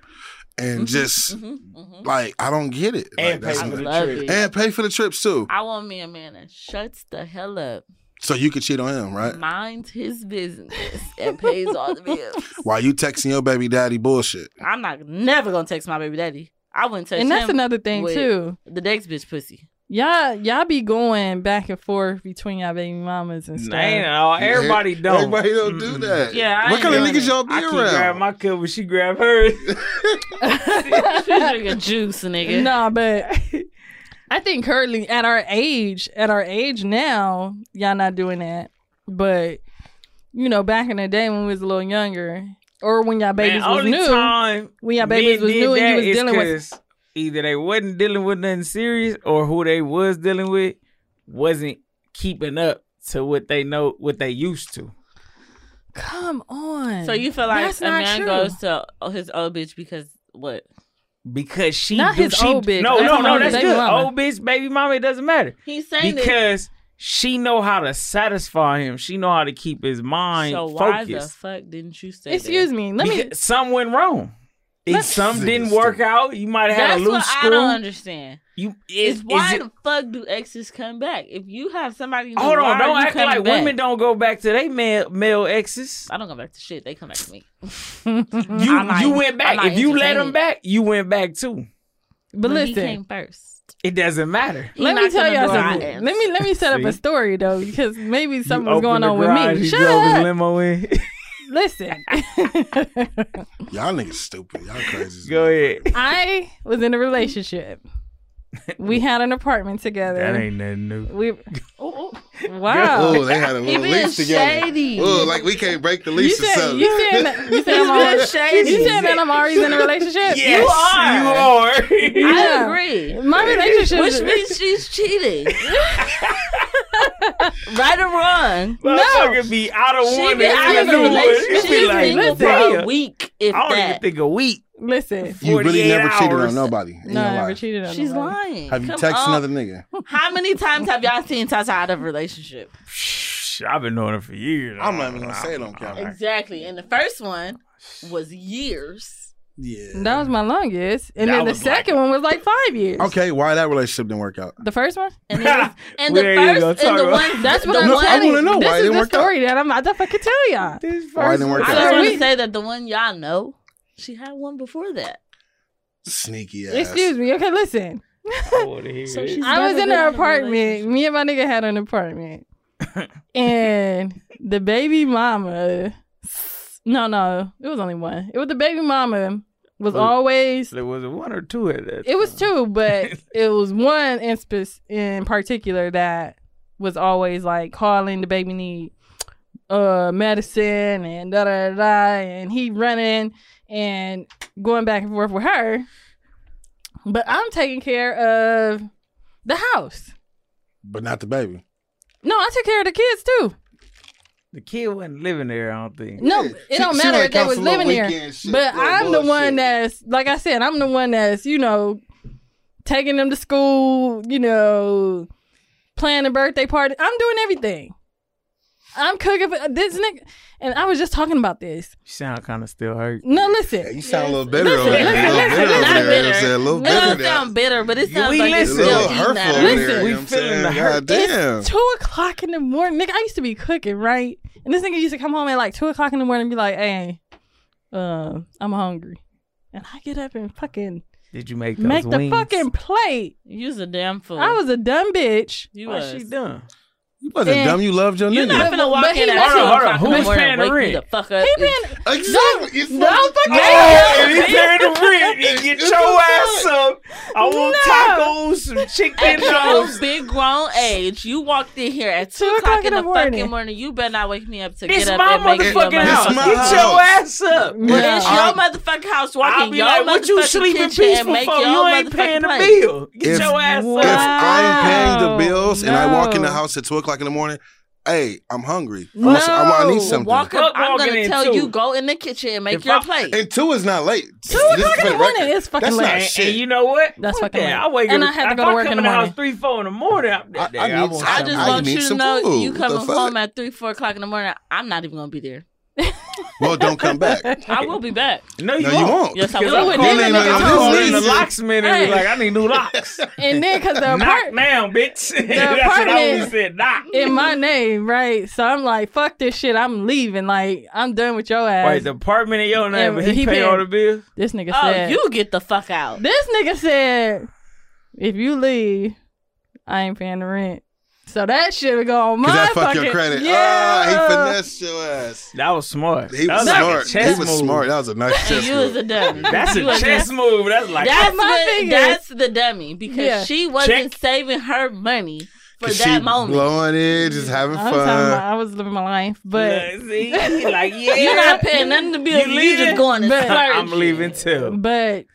D: and just
C: Mm-hmm,
D: like I don't get it. Like,
C: And
D: that's
C: pay
B: I
C: for
D: what-
C: the
B: love
C: trip.
B: it.
D: and pay for the trips too,
B: I want me a man that shuts the hell up,
D: so you can cheat on him, right?
B: minds his business, and pays all the bills.
C: (laughs)
D: While you texting your baby daddy bullshit.
B: I'm not never gonna text my baby daddy. I wouldn't text
A: and that's
B: him.
A: another thing
B: with-
A: too.
B: The next
A: (laughs)
B: bitch pussy.
A: Y'all, y'all be going back and forth between y'all baby mamas and stuff.
C: Ain't all everybody don't.
D: Everybody don't do
C: Mm-mm.
D: that.
B: Yeah, I
D: what
B: ain't
D: kind of
B: doing
D: niggas
B: it.
D: y'all be
C: I keep grabbing
D: around?
C: my cup, but she grab hers.
B: She drinking juice, nigga.
A: no, but I think currently at our age, at our age now, y'all not doing that. But you know, back in the day when we was a little younger, or when y'all (laughs) babies
C: Man,
A: was
C: only
A: new,
C: time
A: when y'all
C: men
A: babies was
C: did
A: new and you
C: that
A: was
C: is
A: dealing with
C: 'cause either they wasn't dealing with nothing serious or who they was dealing with wasn't keeping up to what they know what they used to.
A: Come on.
B: So you feel like
A: That's
B: a
A: not
B: man
A: true.
B: goes to his old bitch because what?
C: Because she
A: Not
C: do-
A: his
C: she,
A: old bitch.
C: No,
A: That's
C: no,
A: my
C: no, that's
A: baby
C: good.
A: mama.
C: Old bitch, baby mama, it doesn't matter.
B: He's saying that.
C: Because she know how to satisfy him. She know how to keep his mind
B: So why the
C: focused.
B: fuck didn't you say?
A: Excuse
B: that?
A: me. Let
C: (laughs)
A: me. (laughs)
C: Because some went wrong. If
A: Let's-
C: some didn't work out, you might have had
B: That's
C: a loose
B: what
C: screw.
B: I don't understand.
C: You
B: Is,
C: is-
B: why
C: is it-
B: the fuck do exes come back? If you have somebody, new,
C: Hold
B: why
C: on,
B: are
C: don't
B: you
C: act
B: coming
C: like
B: back?
C: women don't go back to their male male exes.
B: I don't go back to shit. They come back to me.
C: You
B: I'm not-
C: you went
B: I'm
C: back.
B: not
C: If you let
B: entertaining
C: them
B: it.
C: back, you went back too.
A: But
B: he
A: listen.
B: came first.
C: It doesn't matter.
B: He
A: Let me
B: knocked
A: tell
B: on the
A: y'all
B: door, I
A: something.
B: answered.
A: Let me let me set up a
C: See?
A: story though, because maybe something
C: You
A: was going
C: opened the
A: on with
C: garage,
A: me.
C: he
A: Shut
C: drove his
A: up.
C: limo in. (laughs)
A: Listen,
D: Y'all niggas stupid. Y'all crazy.
C: go ahead.
A: I was in a relationship. We had an apartment together.
C: nothing new.
A: we. wow.
D: Oh, they had a
B: He being
D: little lease together.
B: shady.
D: Oh, like we can't break the
A: You
D: lease or
A: said
D: something.
A: you said that- you
B: (laughs)
A: said I'm
B: being
A: already,
B: shady.
A: you said that I'm already in a
B: (laughs)
A: relationship.
C: Yes, you are.
A: Yeah.
B: I agree.
A: My relationship.
B: Which (laughs) means she's cheating. right or wrong.
C: Motherfucker be out of
B: She
C: one
B: been
C: and
B: out
C: in
B: of
C: the
B: a
C: new one.
B: relationship.
C: You be
B: She's
C: like,
B: single for
C: damn.
B: a week, if
C: I don't even
B: that.
C: think a week.
A: listen,
D: You really
C: 48
D: never cheated
C: hours.
D: on nobody. in
A: no,
D: your
A: I never
D: life.
A: cheated on.
B: She's
A: nobody.
B: lying.
D: Have you
B: Come
D: texted
B: on.
A: (laughs)
D: another nigga?
B: (laughs) How many times have y'all seen Tata out of a relationship?
C: Psh, I've been knowing it for years.
B: (laughs)
D: I'm not even gonna say it on camera.
B: Exactly. And the first one was years.
D: Yeah.
A: That was my longest, and
C: That
A: then the
C: was like-
A: second one was like five years.
D: Okay, why that relationship didn't work out?
A: The first one.
B: And, it
C: (laughs)
B: was, and the
C: There you go,
B: first and the
C: talk about-
B: one
A: That's what
B: the
A: I'm
D: No, I
A: telling.
D: wanna know
A: this
D: why it
A: is
D: didn't
A: the
D: work out.
A: story that I'm. I definitely could tell y'all.
C: This
D: Why it didn't work
B: I
D: out?
B: just want
A: We-
B: to say that the one y'all know, she had one before that.
D: Sneaky ass.
A: Excuse me. Okay, listen.
B: So she's
A: I was
B: never
A: in an
B: been in a
A: apartment.
B: relationship.
A: Me and my nigga had an apartment, and the baby mama. No, no, it was only one. It was the baby mama was
C: Oh.
A: always.
C: There was a one or two at that.
A: It was
C: time.
A: two, but it was one in spe- in particular that was always like calling the baby need uh medicine and da da da, da and he running and going back and forth with her. But I'm taking care of the house.
D: But not the baby.
A: No, I took care of the kids too.
C: The kid wasn't living there. I don't think.
A: No,
D: Yeah,
A: it
D: she-
A: don't
D: she
A: matter
D: like
A: if they was
D: counseling on
A: living there.
D: weekend shit,
A: but
D: little
A: I'm the
D: bullshit.
A: one that's like I said, I'm the one that's you know taking them to school, you know, planning birthday party. I'm doing everything. I'm cooking for this nigga, and I was just talking about this.
C: You sound kind of still hurt.
A: No,
D: Yeah,
A: listen,
D: you sound a little bitter over
A: Listen,
D: there. A little
A: listen,
D: bitter
A: listen,
D: over
B: not
D: there. You
B: bitter.
D: know what I'm saying? A little
B: It don't
D: bitter.
B: sound bitter, but it sounds
C: We
B: like it's
C: listen.
D: A
B: still
D: little
C: Listen,
D: hurtful
B: female.
D: over there.
A: we
D: You know what I'm
C: feeling the
D: saying?
C: hurt.
D: God damn.
A: it's two o'clock in the morning. Nigga, I used to be cooking right, and this nigga used to come home at like two o'clock in the morning and be like, "Hey, uh, I'm hungry," and I get up and fucking
C: Did you make those
A: make the
C: wings?
A: fucking plate.
B: You's a damn fool.
A: I was a dumb bitch.
B: You
C: What
B: was.
C: she done?
D: You wasn't
A: And-
D: dumb. You loved your
B: You're
D: nigga.
B: not
A: But-
B: finna walk
A: but he
B: in at
A: messed
B: two
A: up.
C: Hold on,
B: o'clock in
C: hold on.
B: the
C: Who's
B: morning
C: paying
B: and
C: the
B: wake me the
C: rent?
B: fuck up.
A: He been
D: Exactly. It's
A: no
D: fucking-
A: fucking
C: Oh, and he turned the rent and get your ass up. I want
A: No.
C: tacos, some chicken
B: At your
C: tacos.
B: big grown age, you walked in here at two o'clock in the fucking morning. You better not wake me up to
C: This
B: get up
C: my
B: and make you a
C: motherfucking
D: This
C: house.
D: my
C: Get
D: house.
C: your ass up.
A: No.
B: It's your
D: I'll-
B: motherfucking house
C: I'll
B: walking
C: be
B: your
C: like, what you
B: motherfucking
C: sleeping
B: kitchen and
C: peaceful
B: make
C: for?
B: your
C: You ain't
B: motherfucking
C: paying the
B: plate.
C: bill. Get
D: If-
C: your ass
A: Wow.
D: If
C: up.
D: I'm paying the
A: Wow.
D: bills and I walk in the
A: No.
D: house at two o'clock in the morning, hey, I'm hungry.
A: No.
D: Also, I, want- I need
A: Well,
D: something.
B: Walk up.
C: Fuck
B: I'm
C: walking
B: gonna
C: in
B: tell
C: too.
B: you go in the kitchen and make
C: If
B: your
C: I-
B: plate.
D: and two is not late.
A: Two o'clock in the morning is fucking
D: That's
A: late.
D: not
C: And,
D: shit.
C: and you know what?
A: That's
C: Fuck
A: fucking
C: that.
A: late.
C: I wake
A: And
C: up,
A: I had to
C: if
A: go to work
C: come
A: in the
C: house
A: morning.
C: three, four in the morning. I'm,
D: I- I
C: nigga,
D: need
C: want
D: some-
B: I
C: some-
B: just
D: I
B: want
D: need
B: you to
D: some
B: know
D: food.
B: you
D: What the
B: coming home
D: fuck?
B: at three, four o'clock in the morning. I'm not even gonna be there.
D: well, don't come (laughs) back.
B: I will be
C: (laughs)
B: back.
C: No, you
D: No, you
C: won't.
D: won't.
B: Yes, I
C: Because
B: will.
A: Well,
C: I'm
A: then
C: calling,
A: the
C: the,
A: nigga
C: I'm
A: told
C: calling
D: me-
C: the locksmith and be
A: Hey.
C: like, I need new locks.
A: And then because
D: (laughs)
A: the
C: knock
A: apartment
C: down, bitch. That's what I always
A: apartment-
C: said. Knock.
A: in my name, right? So I'm like, fuck this shit. I'm leaving. Like, I'm done with your ass.
C: Wait, the apartment in your
A: And
C: name, but he,
A: he
C: pay
A: paid-
C: all the bills.
A: this nigga
B: Oh,
A: said.
B: you get the fuck out.
A: This nigga said, if you leave, I ain't paying the rent. So that shit would go on my
D: Because I fuck
A: fucking
D: your credit.
A: Yeah.
D: Ah, he finessed your ass.
C: That was smart.
D: He was,
C: that
D: smart.
C: Like a chess
D: (laughs) he was
C: move.
D: smart. That was a nice
B: And
D: chess
B: you was
D: move.
B: a (laughs) dummy.
C: That's
B: You
C: a
B: was
C: chess move. That's like
B: That's
A: my
B: what,
A: fingers.
B: that's the dummy because
A: Yeah.
B: she wasn't
C: Check.
B: saving her money for
D: 'Cause
B: that
D: she
B: moment. Mm-hmm.
D: blowing it, just having
A: I was, talking about,
D: fun.
A: I was living my life, but
C: Look, see, he like yeah.
B: You're not paying nothing to be
C: You
B: you, you
C: leaving?
B: just going to
A: But-
B: splurge.
C: I'm leaving too.
A: but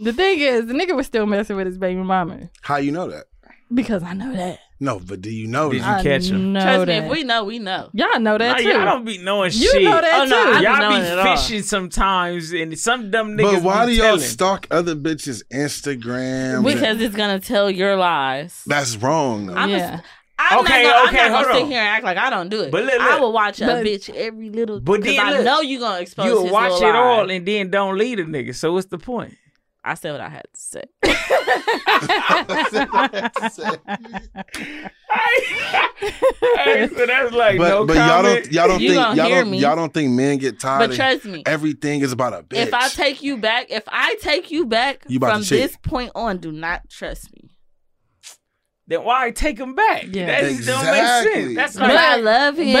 A: the thing is, the nigga was still messing with his baby mama
D: How you know that?
A: because I know that.
D: No, but do you know
C: Did
D: that?
A: I
C: catch him?
A: know
B: Trust me,
A: that.
B: if we know, we know.
A: Y'all know
C: Nah,
A: that too.
C: y'all don't be knowing
A: You
C: shit.
A: know that
B: Oh, no,
A: too.
B: I- be
C: y'all
B: knowing it all.
C: be fishing sometimes, and some dumb niggas.
D: But why
C: be
D: do y'all
C: telling.
D: stalk other bitches' Instagram?
B: Because it's gonna tell your lies.
D: that's
B: (laughs)
D: wrong. Though. (laughs)
B: I'm a-
A: yeah.
B: I'm
C: Okay,
B: not gonna,
C: okay,
B: I'm not
C: hold
B: gonna
C: on.
B: sit here and act like I don't do it.
C: But look,
B: I
C: look.
B: will watch a
A: But-
B: bitch every little
C: But
B: because
C: then
B: I
C: look,
B: know you're gonna expose
C: You'll
B: his
C: watch it
B: little lie.
C: all and then don't lead a nigga. So what's the point?
B: I said what I had to say.
C: Hey, so that's like
D: but
C: no
D: but y'all
C: comment.
D: don't y'all don't
B: You
D: think y'all
B: gonna hear
D: don't
B: me.
D: y'all don't think men get tired.
B: but
D: of
B: trust me,
D: everything is about a bitch.
B: if I take you back, if I take you back
D: You about
B: from
D: to cheat.
B: this point on, do not trust me.
C: then why take him back?
A: Yeah.
C: That just don't make
D: Exactly.
C: sense. That's
B: But,
C: like
B: I love
A: But
B: him.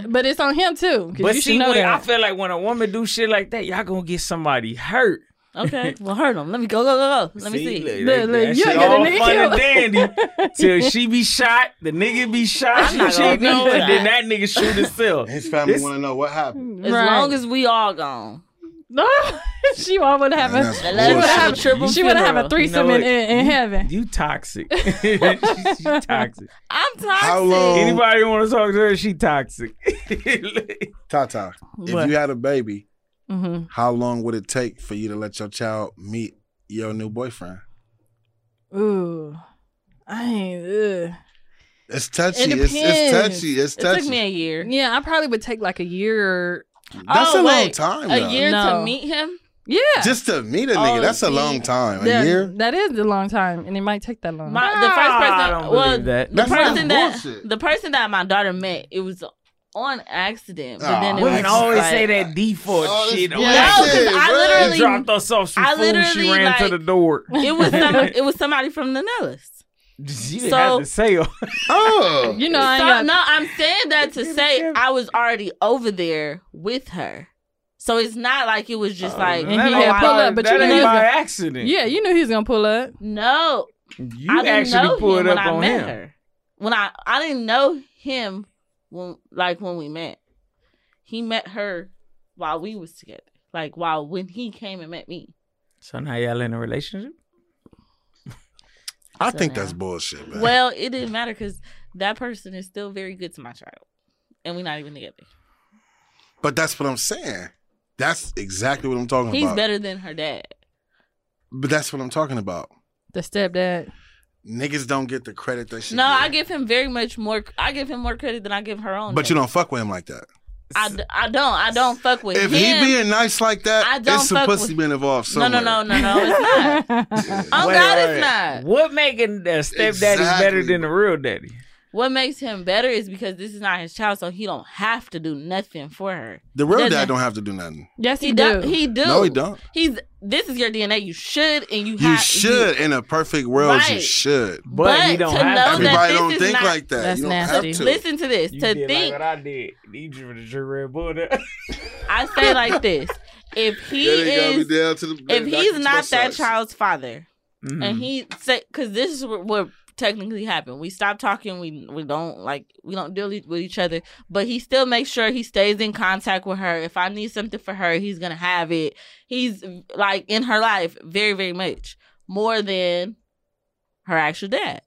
A: it's, but it's on him too. 'cause
C: But
A: you
C: see,
A: should know
C: when, I
A: that.
C: feel like when a woman do shit like that, y'all gonna get somebody hurt.
B: okay, well, hurt him. Let me go, go, go, go. Let me see.
C: look,
A: Look,
C: that-
A: look,
C: that
A: you
C: shit
A: get a
C: all
A: nigga
C: fun and
A: killed. (laughs)
C: dandy till she be shot, the nigga be shot,
B: I'm
C: she
B: not gonna
C: cheating,
B: do
C: and
B: that.
C: then that nigga shoot himself.
D: His family
C: This-
D: want to know what happened.
B: As
A: Right.
B: long as we all gone,
A: no, (laughs) oh, she would have
D: Man,
A: a (laughs)
D: that's
B: Let us
D: bullshit.
B: have a triple
A: she would have
B: funeral.
A: a threesome
C: You know
A: in,
C: what?
A: in, in heaven.
C: You
A: (laughs)
C: toxic. (laughs) she, she toxic.
B: I'm toxic.
D: How long-
C: Anybody want to talk to her? She toxic. (laughs)
A: Uh,
D: Tata, if
A: What?
D: you had a baby,
A: hmm
D: how long would it take for you to let your child meet your new boyfriend?
A: Ooh, I ain't. Ugh.
D: It's touchy.
A: It
D: it's, it's
A: depends.
D: touchy. It's
B: It
D: touchy.
B: took me a year.
A: Yeah, I probably would take like a year.
D: That's
B: Oh,
D: a long
B: wait.
D: time.
B: A
D: though.
B: year
A: No.
B: to meet him.
A: Yeah.
D: Just to meet a nigga,
B: Oh,
D: that's a
B: see.
D: long time. A
A: That-
D: year?
A: That is the long time, and it might take that long.
B: My, the
C: Nah,
B: first person,
C: I don't
B: well,
C: believe that.
B: the
D: That's not
B: person that
D: bullshit.
B: the person that my daughter met, it was on accident. But
D: Aw,
B: then it was
D: women
C: Women always
B: like,
C: say that default
D: Oh, this
C: shit.
D: bullshit,
C: on
B: No, 'cause
C: accident.
B: I
D: bruh.
B: literally-
C: He dropped us off some
B: I
C: food. She
B: literally,
C: ran
B: like-
C: to
A: (laughs)
C: the door.
B: It was somebody, it was somebody from the Nellis.
C: She didn't
B: So-
C: have to say. all-
D: (laughs) Oh.
A: you know, I ain't
B: So-
A: got,
B: no, I'm saying that to
C: Give it
B: say
C: to me.
B: I was already over there with her. So it's not like it was just
C: Uh,
B: like
A: And he
C: That
B: oh,
A: had
C: ain't
B: I-
A: pulled
C: by-
A: up, but
C: that
A: you
C: ain't
A: knew he
C: by
A: was
C: accident.
A: yeah, you knew he was gonna pull up.
B: no,
C: you
B: I didn't know
C: actually pulled
B: him
C: up
B: when I
C: on
B: met
C: him.
B: her. When I I didn't know him when like when we met. He met her while we was together. Like while when he came and met me.
C: So now y'all in a relationship?
D: I
B: So
D: think
B: now-
D: that's bullshit, man.
B: Well, it didn't matter because that person is still very good to my child, and we're not even together.
D: but that's what I'm saying. That's exactly what I'm talking
B: He's
D: about.
B: better than her dad.
D: But that's what I'm talking about.
A: The stepdad.
D: Niggas don't get the credit that shit.
B: No, I give him very much more. I give him more credit than I give her own.
D: But you don't fuck with him like that.
B: I, d- I don't. I don't fuck with him.
D: If he being nice like that,
B: I don't
D: it's some
B: fuck
D: pussy
B: with-
D: being involved
B: no,
D: somewhere.
B: no, no, no, no. It's not. Oh
C: Wait,
B: God,
C: wait.
B: it's not.
C: What making the stepdaddy better
D: Exactly.
C: than the real daddy?
B: What makes him better is because this is not his child, so he don't have to do nothing for her.
D: The real
B: Doesn't-
D: dad don't have to do nothing.
A: yes, he,
B: He
A: do.
B: do. He do.
D: No, he don't.
B: He's. This is your DNA. You should, and you.
D: You
B: have,
D: should. in a perfect world, you
B: Right.
D: should.
C: But, he
B: But
C: don't
B: to know
C: have
B: that
D: Everybody
B: this
D: don't
B: is
D: think
B: not-
D: like that.
A: That's
D: you don't
A: nasty.
D: have to.
B: listen to this.
C: You
B: to
C: did
B: think,
C: like "Ah." what I did. You drew the jury and pulled (laughs) up.
B: I say like this: If
D: (laughs)
B: he is, if he's not that child's father,
C: Mm-hmm.
D: Mm-hmm.
B: and he said, because this is what, what technically happened. We stopped talking. We we don't like we don't deal e- with each other. But he still makes sure he stays in contact with her. If I need something for her, he's gonna have it. He's like in her life very very much more than her actual dad.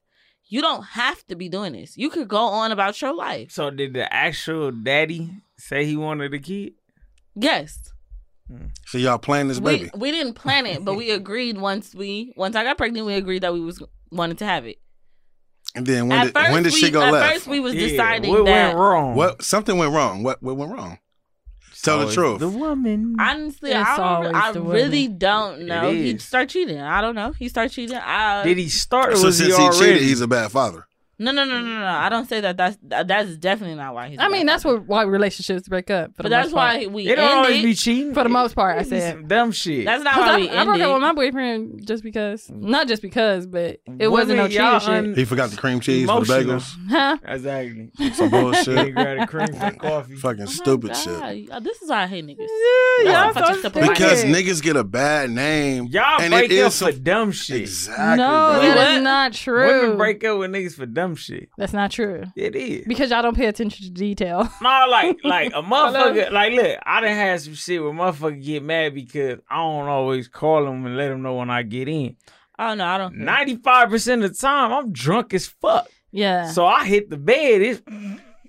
B: You don't have to be doing this. You could go on about your life.
C: So did the actual daddy say he wanted a kid?
B: Yes.
D: So y'all playing this
B: we,
D: baby.
B: we didn't plan it,
D: (laughs)
B: but we agreed once we once I got pregnant, we agreed that we was wanted to have it.
D: And then when
B: at
D: did,
B: first,
D: when did
B: we,
D: she go
B: at
D: left?
B: first we was
C: Yeah,
B: deciding
C: what
B: that.
C: went wrong.
D: what something went wrong. What what went wrong? Tell the
C: it's
D: truth.
C: The woman.
B: Honestly,
A: It's
B: I, don't,
A: always
B: I
A: the
B: really
A: women.
B: don't
C: It
B: know. He
C: is.
B: start cheating. I don't know. He start cheating. I,
C: did he start? Or
D: So
C: was he
D: since he,
C: already?
D: cheated, he's a bad father.
B: no, no, no, no, no, no. I don't say that. That's that, that's definitely not why he's.
A: I mean,
B: back.
A: that's what why relationships break up. For the
B: But that's
A: most part.
B: why we
C: it don't always be
B: ended.
C: cheating.
A: For the most part, I
C: It'd be
A: said.
C: some dumb shit.
B: That's not
A: 'Cause
B: why
A: I,
B: we
A: I broke up with
B: ended.
A: my boyfriend just because, not just because, but it wasn't no
C: Women, y'all um,
A: cheating shit.
C: un-
D: He forgot the cream cheese for the
C: Emotional.
D: bagels.
A: Huh?
C: Exactly.
D: Some
C: He didn't (laughs)
D: bullshit.
C: grab the cream for coffee.
D: Fucking
B: Oh my
D: stupid
B: God.
D: shit.
B: Oh, This is why I hate niggas.
C: Yeah,
B: Y'all
C: y'all
B: fucking
C: so
B: stupid.
C: stupid.
D: Because niggas get a bad name.
C: y'all
D: and
C: break
D: it
C: up
D: is
C: for
D: some-
C: dumb shit.
D: Exactly.
A: no,
D: bro.
A: that is
B: What?
A: not true.
C: Women break up with niggas for dumb shit.
A: That's not true.
C: It is.
A: Because y'all don't pay attention to detail. (laughs)
C: No, like like a motherfucker. Like, look, I done had some shit where motherfucker get mad because I don't always call them and let them know when I get in.
B: Oh no, I don't. care.
C: Ninety five percent of the time, I'm drunk as fuck.
A: Yeah.
C: So I hit the bed. It's,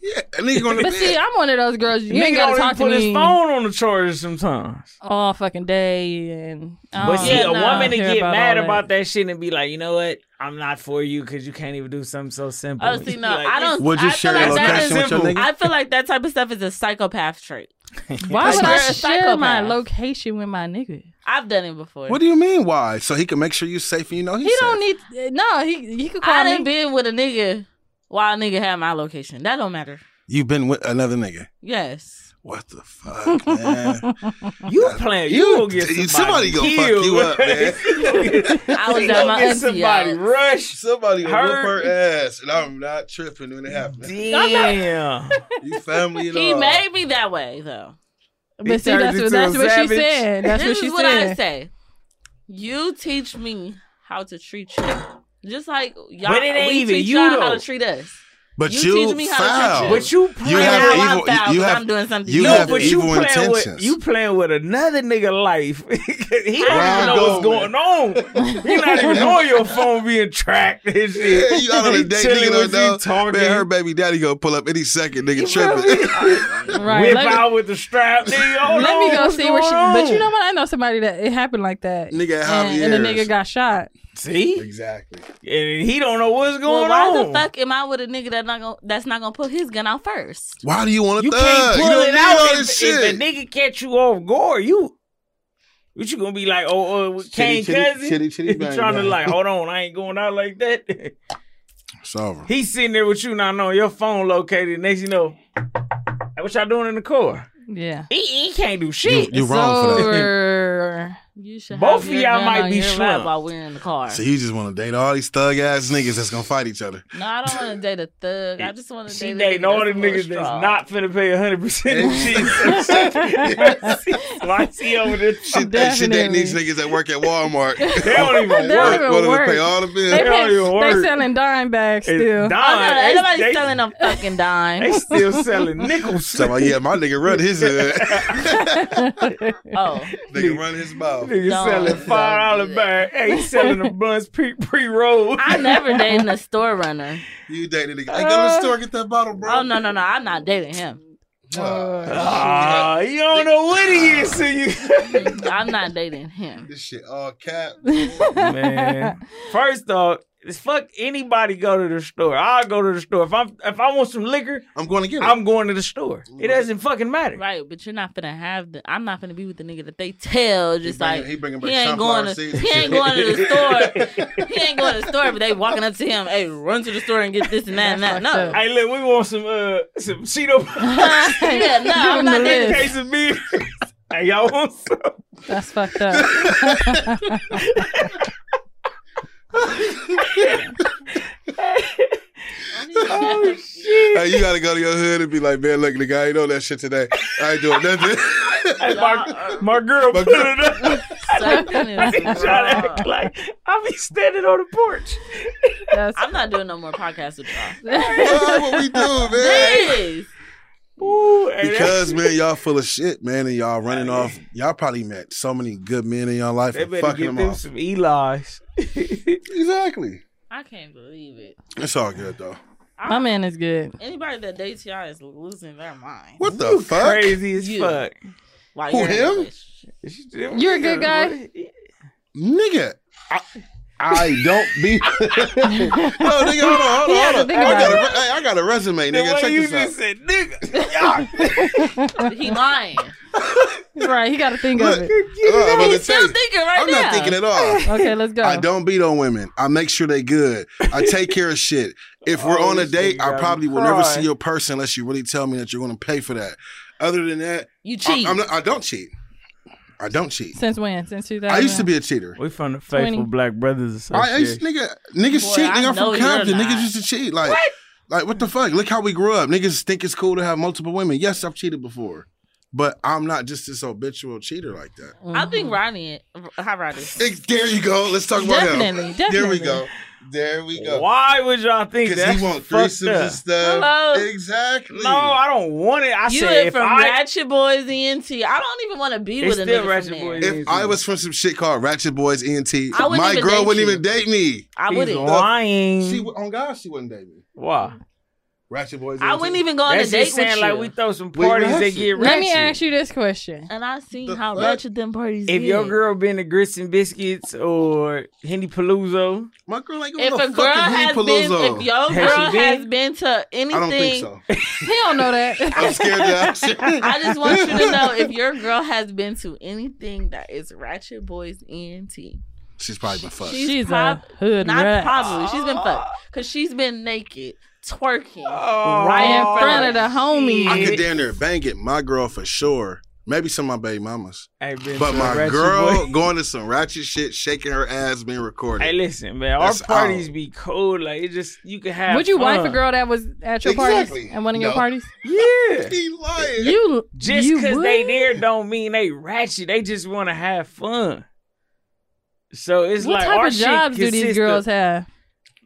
D: Yeah, a nigga going to
A: but see,
D: bed.
A: I'm one of those girls. You
C: nigga
A: ain't
C: don't
A: gotta
C: even
A: talk to
C: put his
A: me
C: phone on the charger sometimes.
A: all fucking day, and Oh, I
C: But
A: don't
C: see,
B: yeah,
C: a
B: nah.
C: woman to
A: hear
C: get
A: about
C: mad
A: all
C: about that shit and be like, you know what? I'm not for you because you can't even do something so simple.
B: Oh,
C: (laughs)
B: see, no,
C: Like,
B: I don't.
D: Would you
B: I feel
D: share
B: like
D: your
B: that
C: that's
D: location
B: is-
D: with your
C: simple.
D: nigga?
B: I feel like that type of stuff is a psychopath trait.
A: Why would I
B: You're a
A: share my
B: psychopath.
A: location with my nigga?
B: I've done it before.
D: What do you mean? Why? So he can make sure you're safe and you know he's
A: He don't
D: safe.
A: need. uh, No, he he could
B: I
A: call
B: done
A: me.
B: been with a nigga while a nigga had my location. That don't matter.
D: You've been with another nigga.
B: Yes.
D: What
B: (laughs)
D: the fuck, man?
C: You playing? You,
D: You-
C: gonna get
D: you-
C: somebody,
D: somebody gonna fuck
C: killed.
D: you
C: (laughs)
D: up, man.
B: I was
C: You
B: at
C: gonna
B: my
C: get
B: auntie
C: somebody
B: house.
C: rush.
D: Somebody will
C: Her-
D: whoop her ass, and I'm not tripping
C: (laughs)
D: when it happens.
C: Damn.
D: You family and
B: He
D: all.
B: made me that way though.
A: But see,
C: turned
A: that's
C: into
A: what that's
C: a
A: what she
C: savage.
A: said. That's what
B: this
A: she
B: is what I
A: said.
B: say. You teach me how to treat you. Just like y'all,
C: But it ain't
B: we
C: even
B: teach
C: you,
B: y'all how
C: though.
B: to treat us.
D: But
B: You
D: you,
B: teach me how to
D: foul.
B: touch
C: but you
D: You
C: playing?
B: And
D: have
B: now I'm
D: evil-
B: foul
D: you
B: 'cause
D: have-
B: I'm doing something.
D: you
B: to
C: no,
D: have
C: but you
D: evil
C: playing with
D: intentions.
C: you playing with another nigga life. (laughs) he don't even
D: Round
C: know what's
D: going.
C: going on. He not
D: (laughs)
C: even on your phone being tracked and shit.
D: Yeah, you out on
C: He
D: a date,
C: chilling
D: nigga
C: with
D: don't
C: you,
D: know.
C: talking.
D: Man, her baby daddy gonna pull up any second, nigga
C: feel me?
D: tripping.
A: Right.
C: Whip
A: Let me,
C: out with the strap, nigga. Oh,
A: let
C: no,
A: me go
C: what's
A: see where she.
C: going
A: But you
C: on?
A: know what? I know somebody that it happened like that.
D: (laughs) Nigga at
A: and, and the
D: Javier's.
A: nigga got shot.
C: See,
D: exactly.
C: and he don't know what's
B: Well,
C: going
B: why
C: on.
B: the fuck am I with a nigga that not gonna, that's not gonna put his gun out first?
D: Why do you want a
C: You
D: thug?
C: can't
D: you
C: pull
D: don't
C: it
D: need
C: out
D: all
C: if,
D: this
C: if
D: shit.
C: a nigga catch you off guard. You What you gonna be like? Oh, uh,
D: Chitty,
C: Kane
D: chitty,
C: cousin? (laughs)
D: chitty, chitty,
C: You
D: bang,
C: trying to
D: bang.
C: like, hold on, I ain't going out like that. (laughs)
D: It's over. (laughs)
C: He's sitting there with you not knowing your phone located. Next you know, "Hey, what y'all doing in the car?
A: Yeah.
C: He, he can't do
D: You,
C: shit.
D: you
A: It's
D: wrong for that.
A: over.
B: You should
C: Both
B: have
C: of
B: your
C: y'all
B: gun
C: might
B: on
C: be
B: your lap
C: slumped.
B: while we're in the car.
D: So you just want to date all these thug ass niggas that's gonna fight
C: (laughs)
D: each other.
B: No, I don't want to date a thug. I just want to date.
C: she
B: a
C: dating
B: nigga
C: all the
B: that's a little
C: niggas
B: strong.
C: that's not finna pay hundred percent of
A: (laughs)
C: shit. (laughs)
D: (laughs)
C: Why is he over there?
D: She, hey, she dating
A: Definitely.
D: these niggas that work at
A: (laughs)
D: Walmart. (laughs)
C: They don't even
A: They don't
C: work.
A: even
D: One of them
A: work.
D: pay all the bills.
A: They,
C: They don't
A: pay,
C: even
A: they
C: work.
A: selling dime bags still.
C: It's
B: Oh, no,
C: dime.
B: ain't nobody
C: they,
B: selling
C: (laughs)
B: them fucking
C: They
B: dimes.
C: still selling nickels.
D: Talking about, yeah, my nigga run his uh, (laughs) hood.
B: oh,
D: nigga run his mouth.
C: Nigga
B: Don't-
C: selling
B: don't
C: five dollar
B: do
C: bag.
B: that.
C: Hey, he selling the buns pre pre roll.
B: (laughs) I never dated a store runner.
D: You dating a nigga. Hey, go
A: Uh,
D: to the store, get that bottle, bro.
B: Oh no, no, no, I'm not dating
C: (laughs)
B: him.
C: Ah, you don't know what he is, so you
B: I'm not dating him.
D: This shit all cap.
C: man. (laughs) First off, it's fuck anybody go to the store. I'll go to the store if I'm if I want some liquor.
D: I'm going to get it.
C: I'm going to the store. It doesn't fucking matter.
B: Right, but you're not gonna have the. I'm not gonna be with the nigga that they tell. Just
D: bringing-
B: like
D: he bringing
B: he
D: back
B: ain't
D: sunflower
B: going to.
D: seeds and
B: He
D: shit.
B: ain't going to
D: (laughs)
B: the store. he ain't going to the store. But they walking up to him. Hey, run to the store and get this and that and that.
A: That's
B: No.
A: fucked
C: Hey, look, we want some uh
B: (laughs)
C: some Cheeto
B: yeah,
A: (laughs)
B: no,
A: Give
B: I'm
A: him
B: not
A: the
B: dating.
A: list.
C: (laughs) case of beer. hey, y'all want some?
A: That's fucked up.
C: Oh shit!
D: Hey, (laughs) you gotta go to your hood and be like, man, look, nigga, I ain't on that shit today. I ain't doing nothing. (laughs)
C: Hey, my, my girl
D: My
C: put
D: girl-
C: it up.
B: Something
A: (laughs)
C: (laughs) She
B: is
C: tried to
B: wrong. (laughs)
C: act like I be standing on the porch.
A: That's (laughs)
B: I'm not doing no more podcasts with
D: (laughs)
B: y'all.
D: Why? what we do, man?
B: This.
C: Ooh, hey, that-
D: Because man, y'all full of shit, man, and y'all running off. Y'all probably met so many good men in your life
C: They
D: and
C: better
D: fucking
C: get
D: them
C: them
D: off.
C: some (laughs) Eli's.
D: Exactly.
B: I can't believe it.
D: It's all good though.
A: my man is good.
B: Anybody that dates y'all is losing their mind.
D: What the
C: You
D: fuck?
C: Crazy as
B: You.
C: fuck.
B: Why
D: Who,
B: you're in a
D: him?
B: relationship.
A: You're a good guy?
D: Nigga. I, I don't be. (laughs) no, nigga, hold on, hold
A: He
D: on,
A: had to
D: hold on.
A: think
D: I
A: about
D: got, a, re- hey, I got a resume,
C: The
D: nigga.
C: way
D: Check
C: you
D: this out.
C: just said,
D: (laughs)
C: nigga. y'all-
B: He lying.
A: Right, he got to think of
D: Look,
A: it.
D: uh, I'm about to
B: He's
D: tell
B: still
D: you.
B: thinking right
D: I'm
B: now.
D: not thinking
C: (laughs)
D: at all.
A: Okay, let's go.
D: I don't beat on women. I make sure they good. I take care of shit. If we're
C: Oh,
D: on a
C: this
D: date,
C: nigga
D: I
C: got
D: probably
C: me
D: will never
C: crying.
D: see your person unless you really tell me that you're going to pay for that. Other than that,
B: You
D: I,
B: cheat.
D: I'm not, I don't cheat. I don't cheat.
A: Since when? Since 2000.
D: I used to be a cheater.
C: We from the Faithful
A: 20.
C: Black Brothers
D: I, I used
C: Association.
D: nigga, niggas
B: Boy,
D: cheat.
B: I
D: Nigga, I'm
B: know
D: from
B: you're
D: Compton.
B: not.
D: Niggas used to cheat. Like, like what the fuck? Look how we grew up. Niggas think it's cool to have multiple women. Yes, I've cheated before, but I'm not just this habitual cheater like that.
B: I think Ronnie. Hi, Ronnie.
D: Hey, There you go. Let's talk about him.
A: Definitely,
D: There
A: definitely.
D: we go. There we go.
C: Why would y'all think
D: Because
C: that?
D: he want threesomes and stuff.
B: Hello.
D: Exactly.
C: No, I don't want it. I
B: You
C: said
B: went
C: if
B: from
C: I
B: Ratchet Boys ENT. I don't even want to be
C: It's
B: with a
C: still
B: nigga
C: Ratchet
B: from there.
C: Boys.
D: if I was from some shit called Ratchet Boys ENT,
B: I wouldn't
D: my
B: even
D: girl
B: date
D: wouldn't
B: you.
D: even date me.
B: I
C: he's
B: wouldn't.
C: lying.
D: She on God, she wouldn't date me.
C: Why?
D: Ratchet Boys. E
B: I
D: ENT.
B: wouldn't even go on a
C: That's
B: date
C: just
B: with
C: saying
B: you.
C: like we throw some
D: We
C: parties that
D: ratchet.
C: get ratchet.
A: Let me ask you this question.
B: and I seen
D: The
B: how
D: fuck?
B: ratchet them parties.
C: If
B: is.
C: your girl been to Grits and Biscuits or Henny Palooza,
D: My girl ain't gonna
B: If
D: go
B: a girl
D: fucking Henny
B: has been,
D: Palooza.
B: if your
C: Has
B: girl
C: she been?
B: has been to anything,
D: I don't think so.
A: He don't know (laughs) that.
D: I'm scared that
B: (laughs) I just want you to know if your
C: (laughs)
B: girl has been to anything that is Ratchet Boys ENT.
D: (laughs) she's probably been fucked.
B: She's
A: She's a
B: prob-
A: hood
B: Not
A: rat.
B: probably. She's been fucked. Because she's been naked, twerking.
C: Oh. right
A: in front of the homies.
D: I could damn near bang it. My girl for sure. Maybe some of my baby mamas. But my girl (laughs) going to some ratchet shit, shaking her ass, being recorded.
C: Hey, listen, man. Our
D: That's
C: parties
D: out.
C: be cool. Like it just you can have.
A: Would you wife a
C: fun.
A: girl that was at your
D: Exactly.
A: parties and one of your
D: No.
A: parties?
C: Yeah.
D: He lying. (laughs)
A: You
C: Just
A: you
C: because
A: would?
C: they there don't mean they ratchet. They just want to have fun. So it's
A: what
C: like
A: type
C: our
A: of jobs
C: shit
A: do these
C: consists
A: girls
B: (laughs)
C: of-
A: have?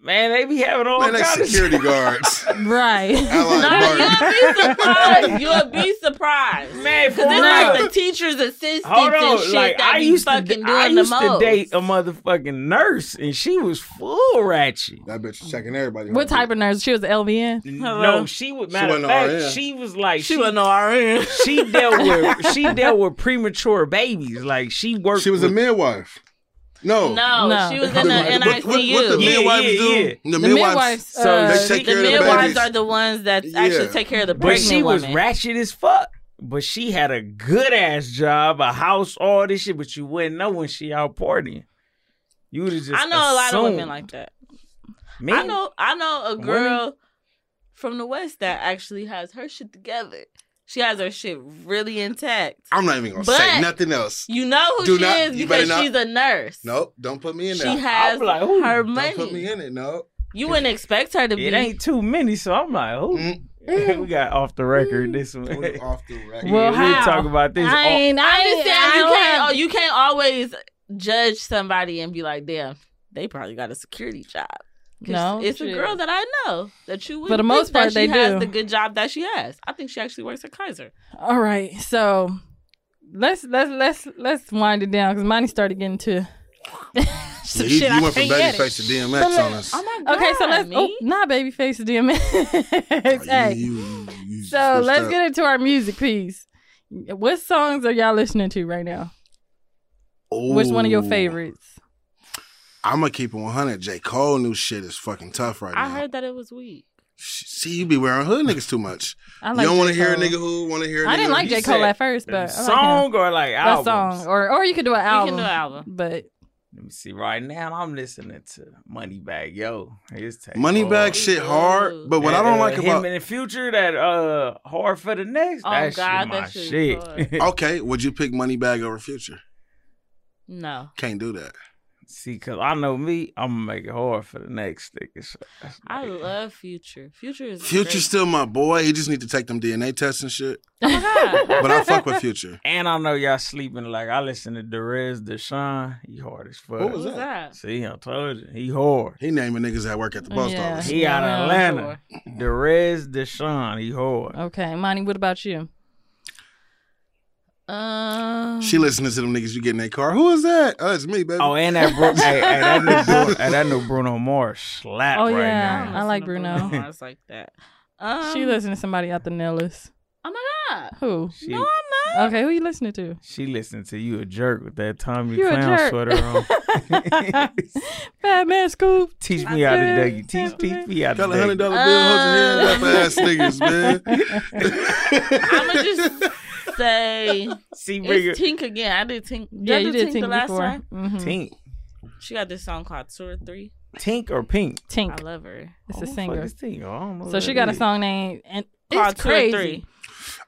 C: Man, they be having all
D: Man, they
C: kinds of shit.
D: security guards. (laughs)
A: Right.
D: Allied
B: No,
D: Barton.
B: you'll be surprised.
C: (laughs)
B: You'll be surprised.
C: Man, for
B: Because it's
C: real.
B: like the teacher's assistants
C: Hold on,
B: and shit
C: like
B: that
C: I
B: be
C: used to,
B: fucking doing
C: I
B: the
C: used
B: most.
C: to date um, a motherfucking nurse, and she was full ratchet.
D: That bitch is checking everybody.
A: what type of nurse? She was LVN.
C: No, she was. Matter of
D: wasn't
C: fact,
D: RN.
C: she was like
B: She was no RN.
C: she dealt
B: (laughs)
C: with she dealt with premature babies. Like she worked.
D: She was a
C: with,
D: midwife. No. (laughs)
B: No,
A: No.
B: she was in the NICU.
D: What, what, what the
C: Yeah,
D: midwives
C: yeah, yeah.
D: do?
A: The
D: The,
A: midwives.
C: So
A: uh,
D: They take
B: the
D: care of the
B: midwives
D: babies.
B: are the ones that
D: Yeah.
B: actually take care of the
C: but
B: pregnant
C: she was
B: woman.
C: ratchet as fuck. but she had a good ass job, a house, all this shit, but you wouldn't know when she out partying. You would have just
B: I know a lot of women
C: assumed.
B: like that.
C: Me?
B: I know I know a
C: Women?
B: girl from the West that actually has her shit together. She has her shit really intact.
D: I'm not even gonna
B: But-
D: say nothing else.
B: You know who
D: Do
B: she
D: not-
B: is
D: you better
B: because
D: not-
B: she's a nurse.
D: Nope, don't put me in
B: She
D: there.
B: has
C: I'm like, ooh,
B: her
C: don't
D: don't put me
B: money.
D: in it. No.
B: You wouldn't expect her to be.
C: It ain't too many, so I'm like, who?
D: Mm,
C: (laughs) we got off the record this
A: (laughs)
C: one. (laughs)
D: we're off the record.
A: Well,
C: we
A: how?
C: talk about this.
A: I
C: all-
A: ain't.
B: I
A: I ain't.
B: understand
A: I
B: you
A: don't
B: can't.
A: have-
B: Oh, you can't always judge somebody and be like, damn, they probably got a security job. 'Cause
A: No,
B: it's a
A: shit.
B: girl that I know that you. would
A: For the most
B: think that
A: part, they
B: she has
A: do.
B: the good job that she has. I think she actually works at Kaiser.
A: All right, so let's let's let's let's wind it down because Monty started getting to.
D: Yeah,
A: some
D: he,
A: shit
D: you
A: I
D: went from
A: can't get it.
D: Babyface to DMX on us.
B: Oh my god.
A: Okay, so let's.
B: me?
A: Oh, nah, babyface DMX. (laughs) Hey,
D: You- you- you
A: so
D: switched
A: let's
D: up.
A: get into our music piece. What songs are y'all listening to right now? Which one of your
D: Ooh.
A: favorites?
D: I'm gonna Oh. keep it 100. J. Cole new shit is fucking tough right
B: I
D: now.
B: heard that it was weak.
D: See, you be wearing hood niggas too much.
A: I like
D: you don't want to
A: J.
D: hear a
A: Cole.
D: nigga who want to hear. A nigga
A: I didn't
D: who-
A: like
C: you
A: J Cole
C: said
A: at first, but I like him.
C: song or like
A: that
C: album?
A: song, or or you could do an
B: You
A: album.
B: can do an album.
A: But
C: Let me see. Right now, I'm listening to Moneybag Yo. His take
D: Moneybag
C: hard.
B: Oh,
D: shit hard, but what I don't
C: That, uh,
D: like
C: him
D: about
C: in the future that uh hard for the next.
B: Oh,
C: that
B: God,
C: shit, my
B: that shit is
C: shit.
D: okay, would you pick Moneybag over Future?
B: No,
D: Can't do that.
C: (laughs) see, cause I know me, I'm gonna make it hard for the next nigga. So that's
B: I
C: like-
B: love Future. Future is
D: Future's
B: great.
D: still my boy. He just need to take them DNA tests and shit.
B: Oh my
C: (laughs)
B: God.
D: But I
B: (laughs)
D: fuck with Future.
C: And I know y'all sleeping. Like I listen to Derez Deshawn. He hard as fuck.
D: Who was
B: Who's that?
C: See, I told you, he hard.
D: He naming niggas that work at the post
A: Yeah.
D: office.
C: He out
A: Yeah,
C: of Atlanta. Derez Deshawn. He
D: Uh,
C: hard.
A: okay, Monty, what about you?
B: Um,
D: She listening to them niggas you get in their car. Who is that? Oh, it's me, baby.
C: Oh, and that
D: (laughs)
C: Bruno, hey, hey, that new Bruno, hey, that new Bruno Mars slap
A: Oh,
C: right
A: yeah.
C: now.
A: I like Bruno.
B: Mars like that. Um,
A: she listening to somebody out the Nellis.
B: Oh my god. (laughs)
A: Who?
C: She,
B: No, I'm not.
A: Okay, who you listening to?
C: she listened to you a jerk with that Tommy
A: You a
C: Clown
A: jerk.
C: sweater on.
B: (laughs)
C: (laughs)
A: Bad man Scoop.
C: teach me how to dug you. Teach, teach me how to
D: Got a hundred
C: dug you.
D: dollar bill,
B: Uh.
D: hold your hand up, ass niggas, man.
B: I'ma just
A: (laughs)
B: say
C: See, bigger.
B: it's Tink again. I did Tink. did
A: Yeah,
B: I
A: you
B: do
A: did Tink
B: the last
A: before.
B: time.
A: Mhm.
C: Tink.
B: She got this song called Tour Three.
C: Tink or Pink?
A: Tink.
B: I love her.
A: It's
C: Who
A: a
C: the fuck
A: singer.
C: is Tink? Oh, I don't know who
A: So she
C: that
A: got a
C: is.
A: song named and
B: Called
A: it's
B: Two or
A: crazy.
B: Three.
D: (laughs)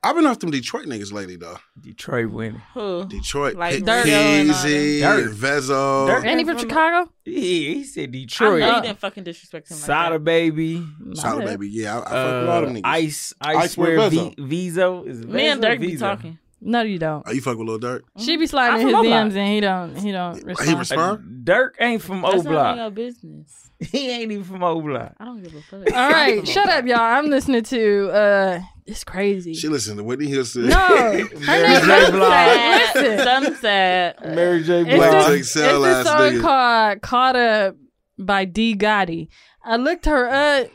D: I've been off them Detroit niggas lately though.
C: Detroit winning.
B: Who?
D: Detroit,
B: Like
D: Pit
B: Dirt.
D: Peasy,
C: Dirt.
D: Vezzo.
C: Dirt.
A: And he from Chicago?
C: Yeah, he said
B: I know you
C: Detroit.
B: didn't fucking disrespect him like
C: Sada Baby.
D: Solid
A: Not it.
D: baby, yeah, I, I fuck with all them
C: Uh,
D: niggas.
C: ice, I
D: Ice
C: swear,
D: with
C: v- Vizo is
B: that. Me and
C: Vezo Uh, or
B: Dirk be
C: Vizo?
B: talking.
A: No, you don't.
D: Oh, you fuck with Lil Dirt?
A: She be sliding
B: Mm-hmm. I'm
A: his
B: from Oblak.
A: DMs and he don't he don't respond.
D: He
C: Uh,
D: respond?
C: Dirk ain't from O
B: That's none of
C: Block.
B: your business.
C: (laughs) He ain't even from O Block.
B: I don't give a fuck.
A: All right, shut up, y'all. I'm listening to uh it's crazy.
D: She listen to Whitney Houston. (laughs)
A: no, her name
C: Mary J. Blige.
A: Listen, listen.
B: Some sad.
C: Mary J.
A: It's
D: Black
A: this-
D: Jake Sell
A: it's a
D: ass
A: song
D: nigga.
A: called "Caught Up" by D Gotti. I looked her up.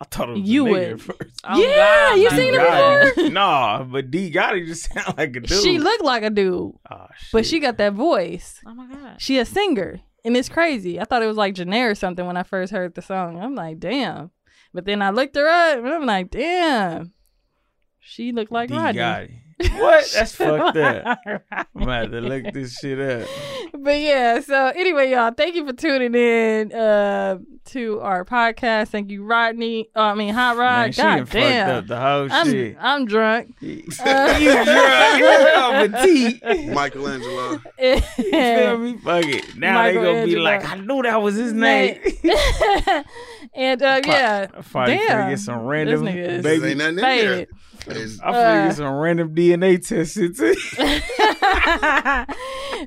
C: I thought it was
A: You
C: a nigga
A: would.
C: at first.
B: Oh,
A: yeah,
B: God,
A: you
B: my
A: seen it
B: God.
A: before?
C: (laughs) nah, but D Gotti just (laughs) sound like a dude. Ah,
A: She looked like a dude,
C: Aw,
A: but
C: shit.
A: she got that voice.
B: Oh my god.
A: She a singer, and it's crazy. I thought it was like Janae or something when I first heard the song. I'm like, damn. But then I looked her up, and I'm like, damn. She looked like
C: D
A: Rodney.
C: Gotti. What? That's fucked up.
A: up.
C: I'm about to look this shit up.
A: (laughs) but yeah, so anyway, y'all, thank you for tuning in uh, to our podcast. Thank you, Rodney. Uh, I mean, Hot Rod.
C: Man, she done
A: God
C: fucked
A: damn.
C: up the
A: I'm, (laughs)
C: whole
A: Uh,
C: shit.
A: I'm drunk.
C: (laughs) you drunk? I'm a T.
A: (laughs)
D: Michelangelo.
C: You feel me? Fuck it. Now they gonna be
A: Michelangelo.
C: like, I knew that was his name.
A: (laughs) and uh, yeah, (laughs)
C: I probably
A: Damn.
C: finna get some random
A: nigga is-
D: This
C: baby.
D: ain't nothing in
A: faded.
D: there.
C: I finna
A: Uh.
C: get some random DNA test shit too.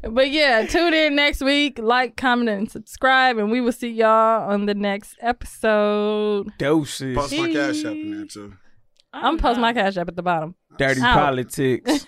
A: but yeah, tune in next week. Like, comment, and subscribe, and we will see y'all on the next episode.
C: (laughs) Doses.
D: Post my cash app in there too.
B: Oh,
A: I'm gonna post my cash up at the bottom. (laughs)
C: Dirty
A: Out.
C: politics.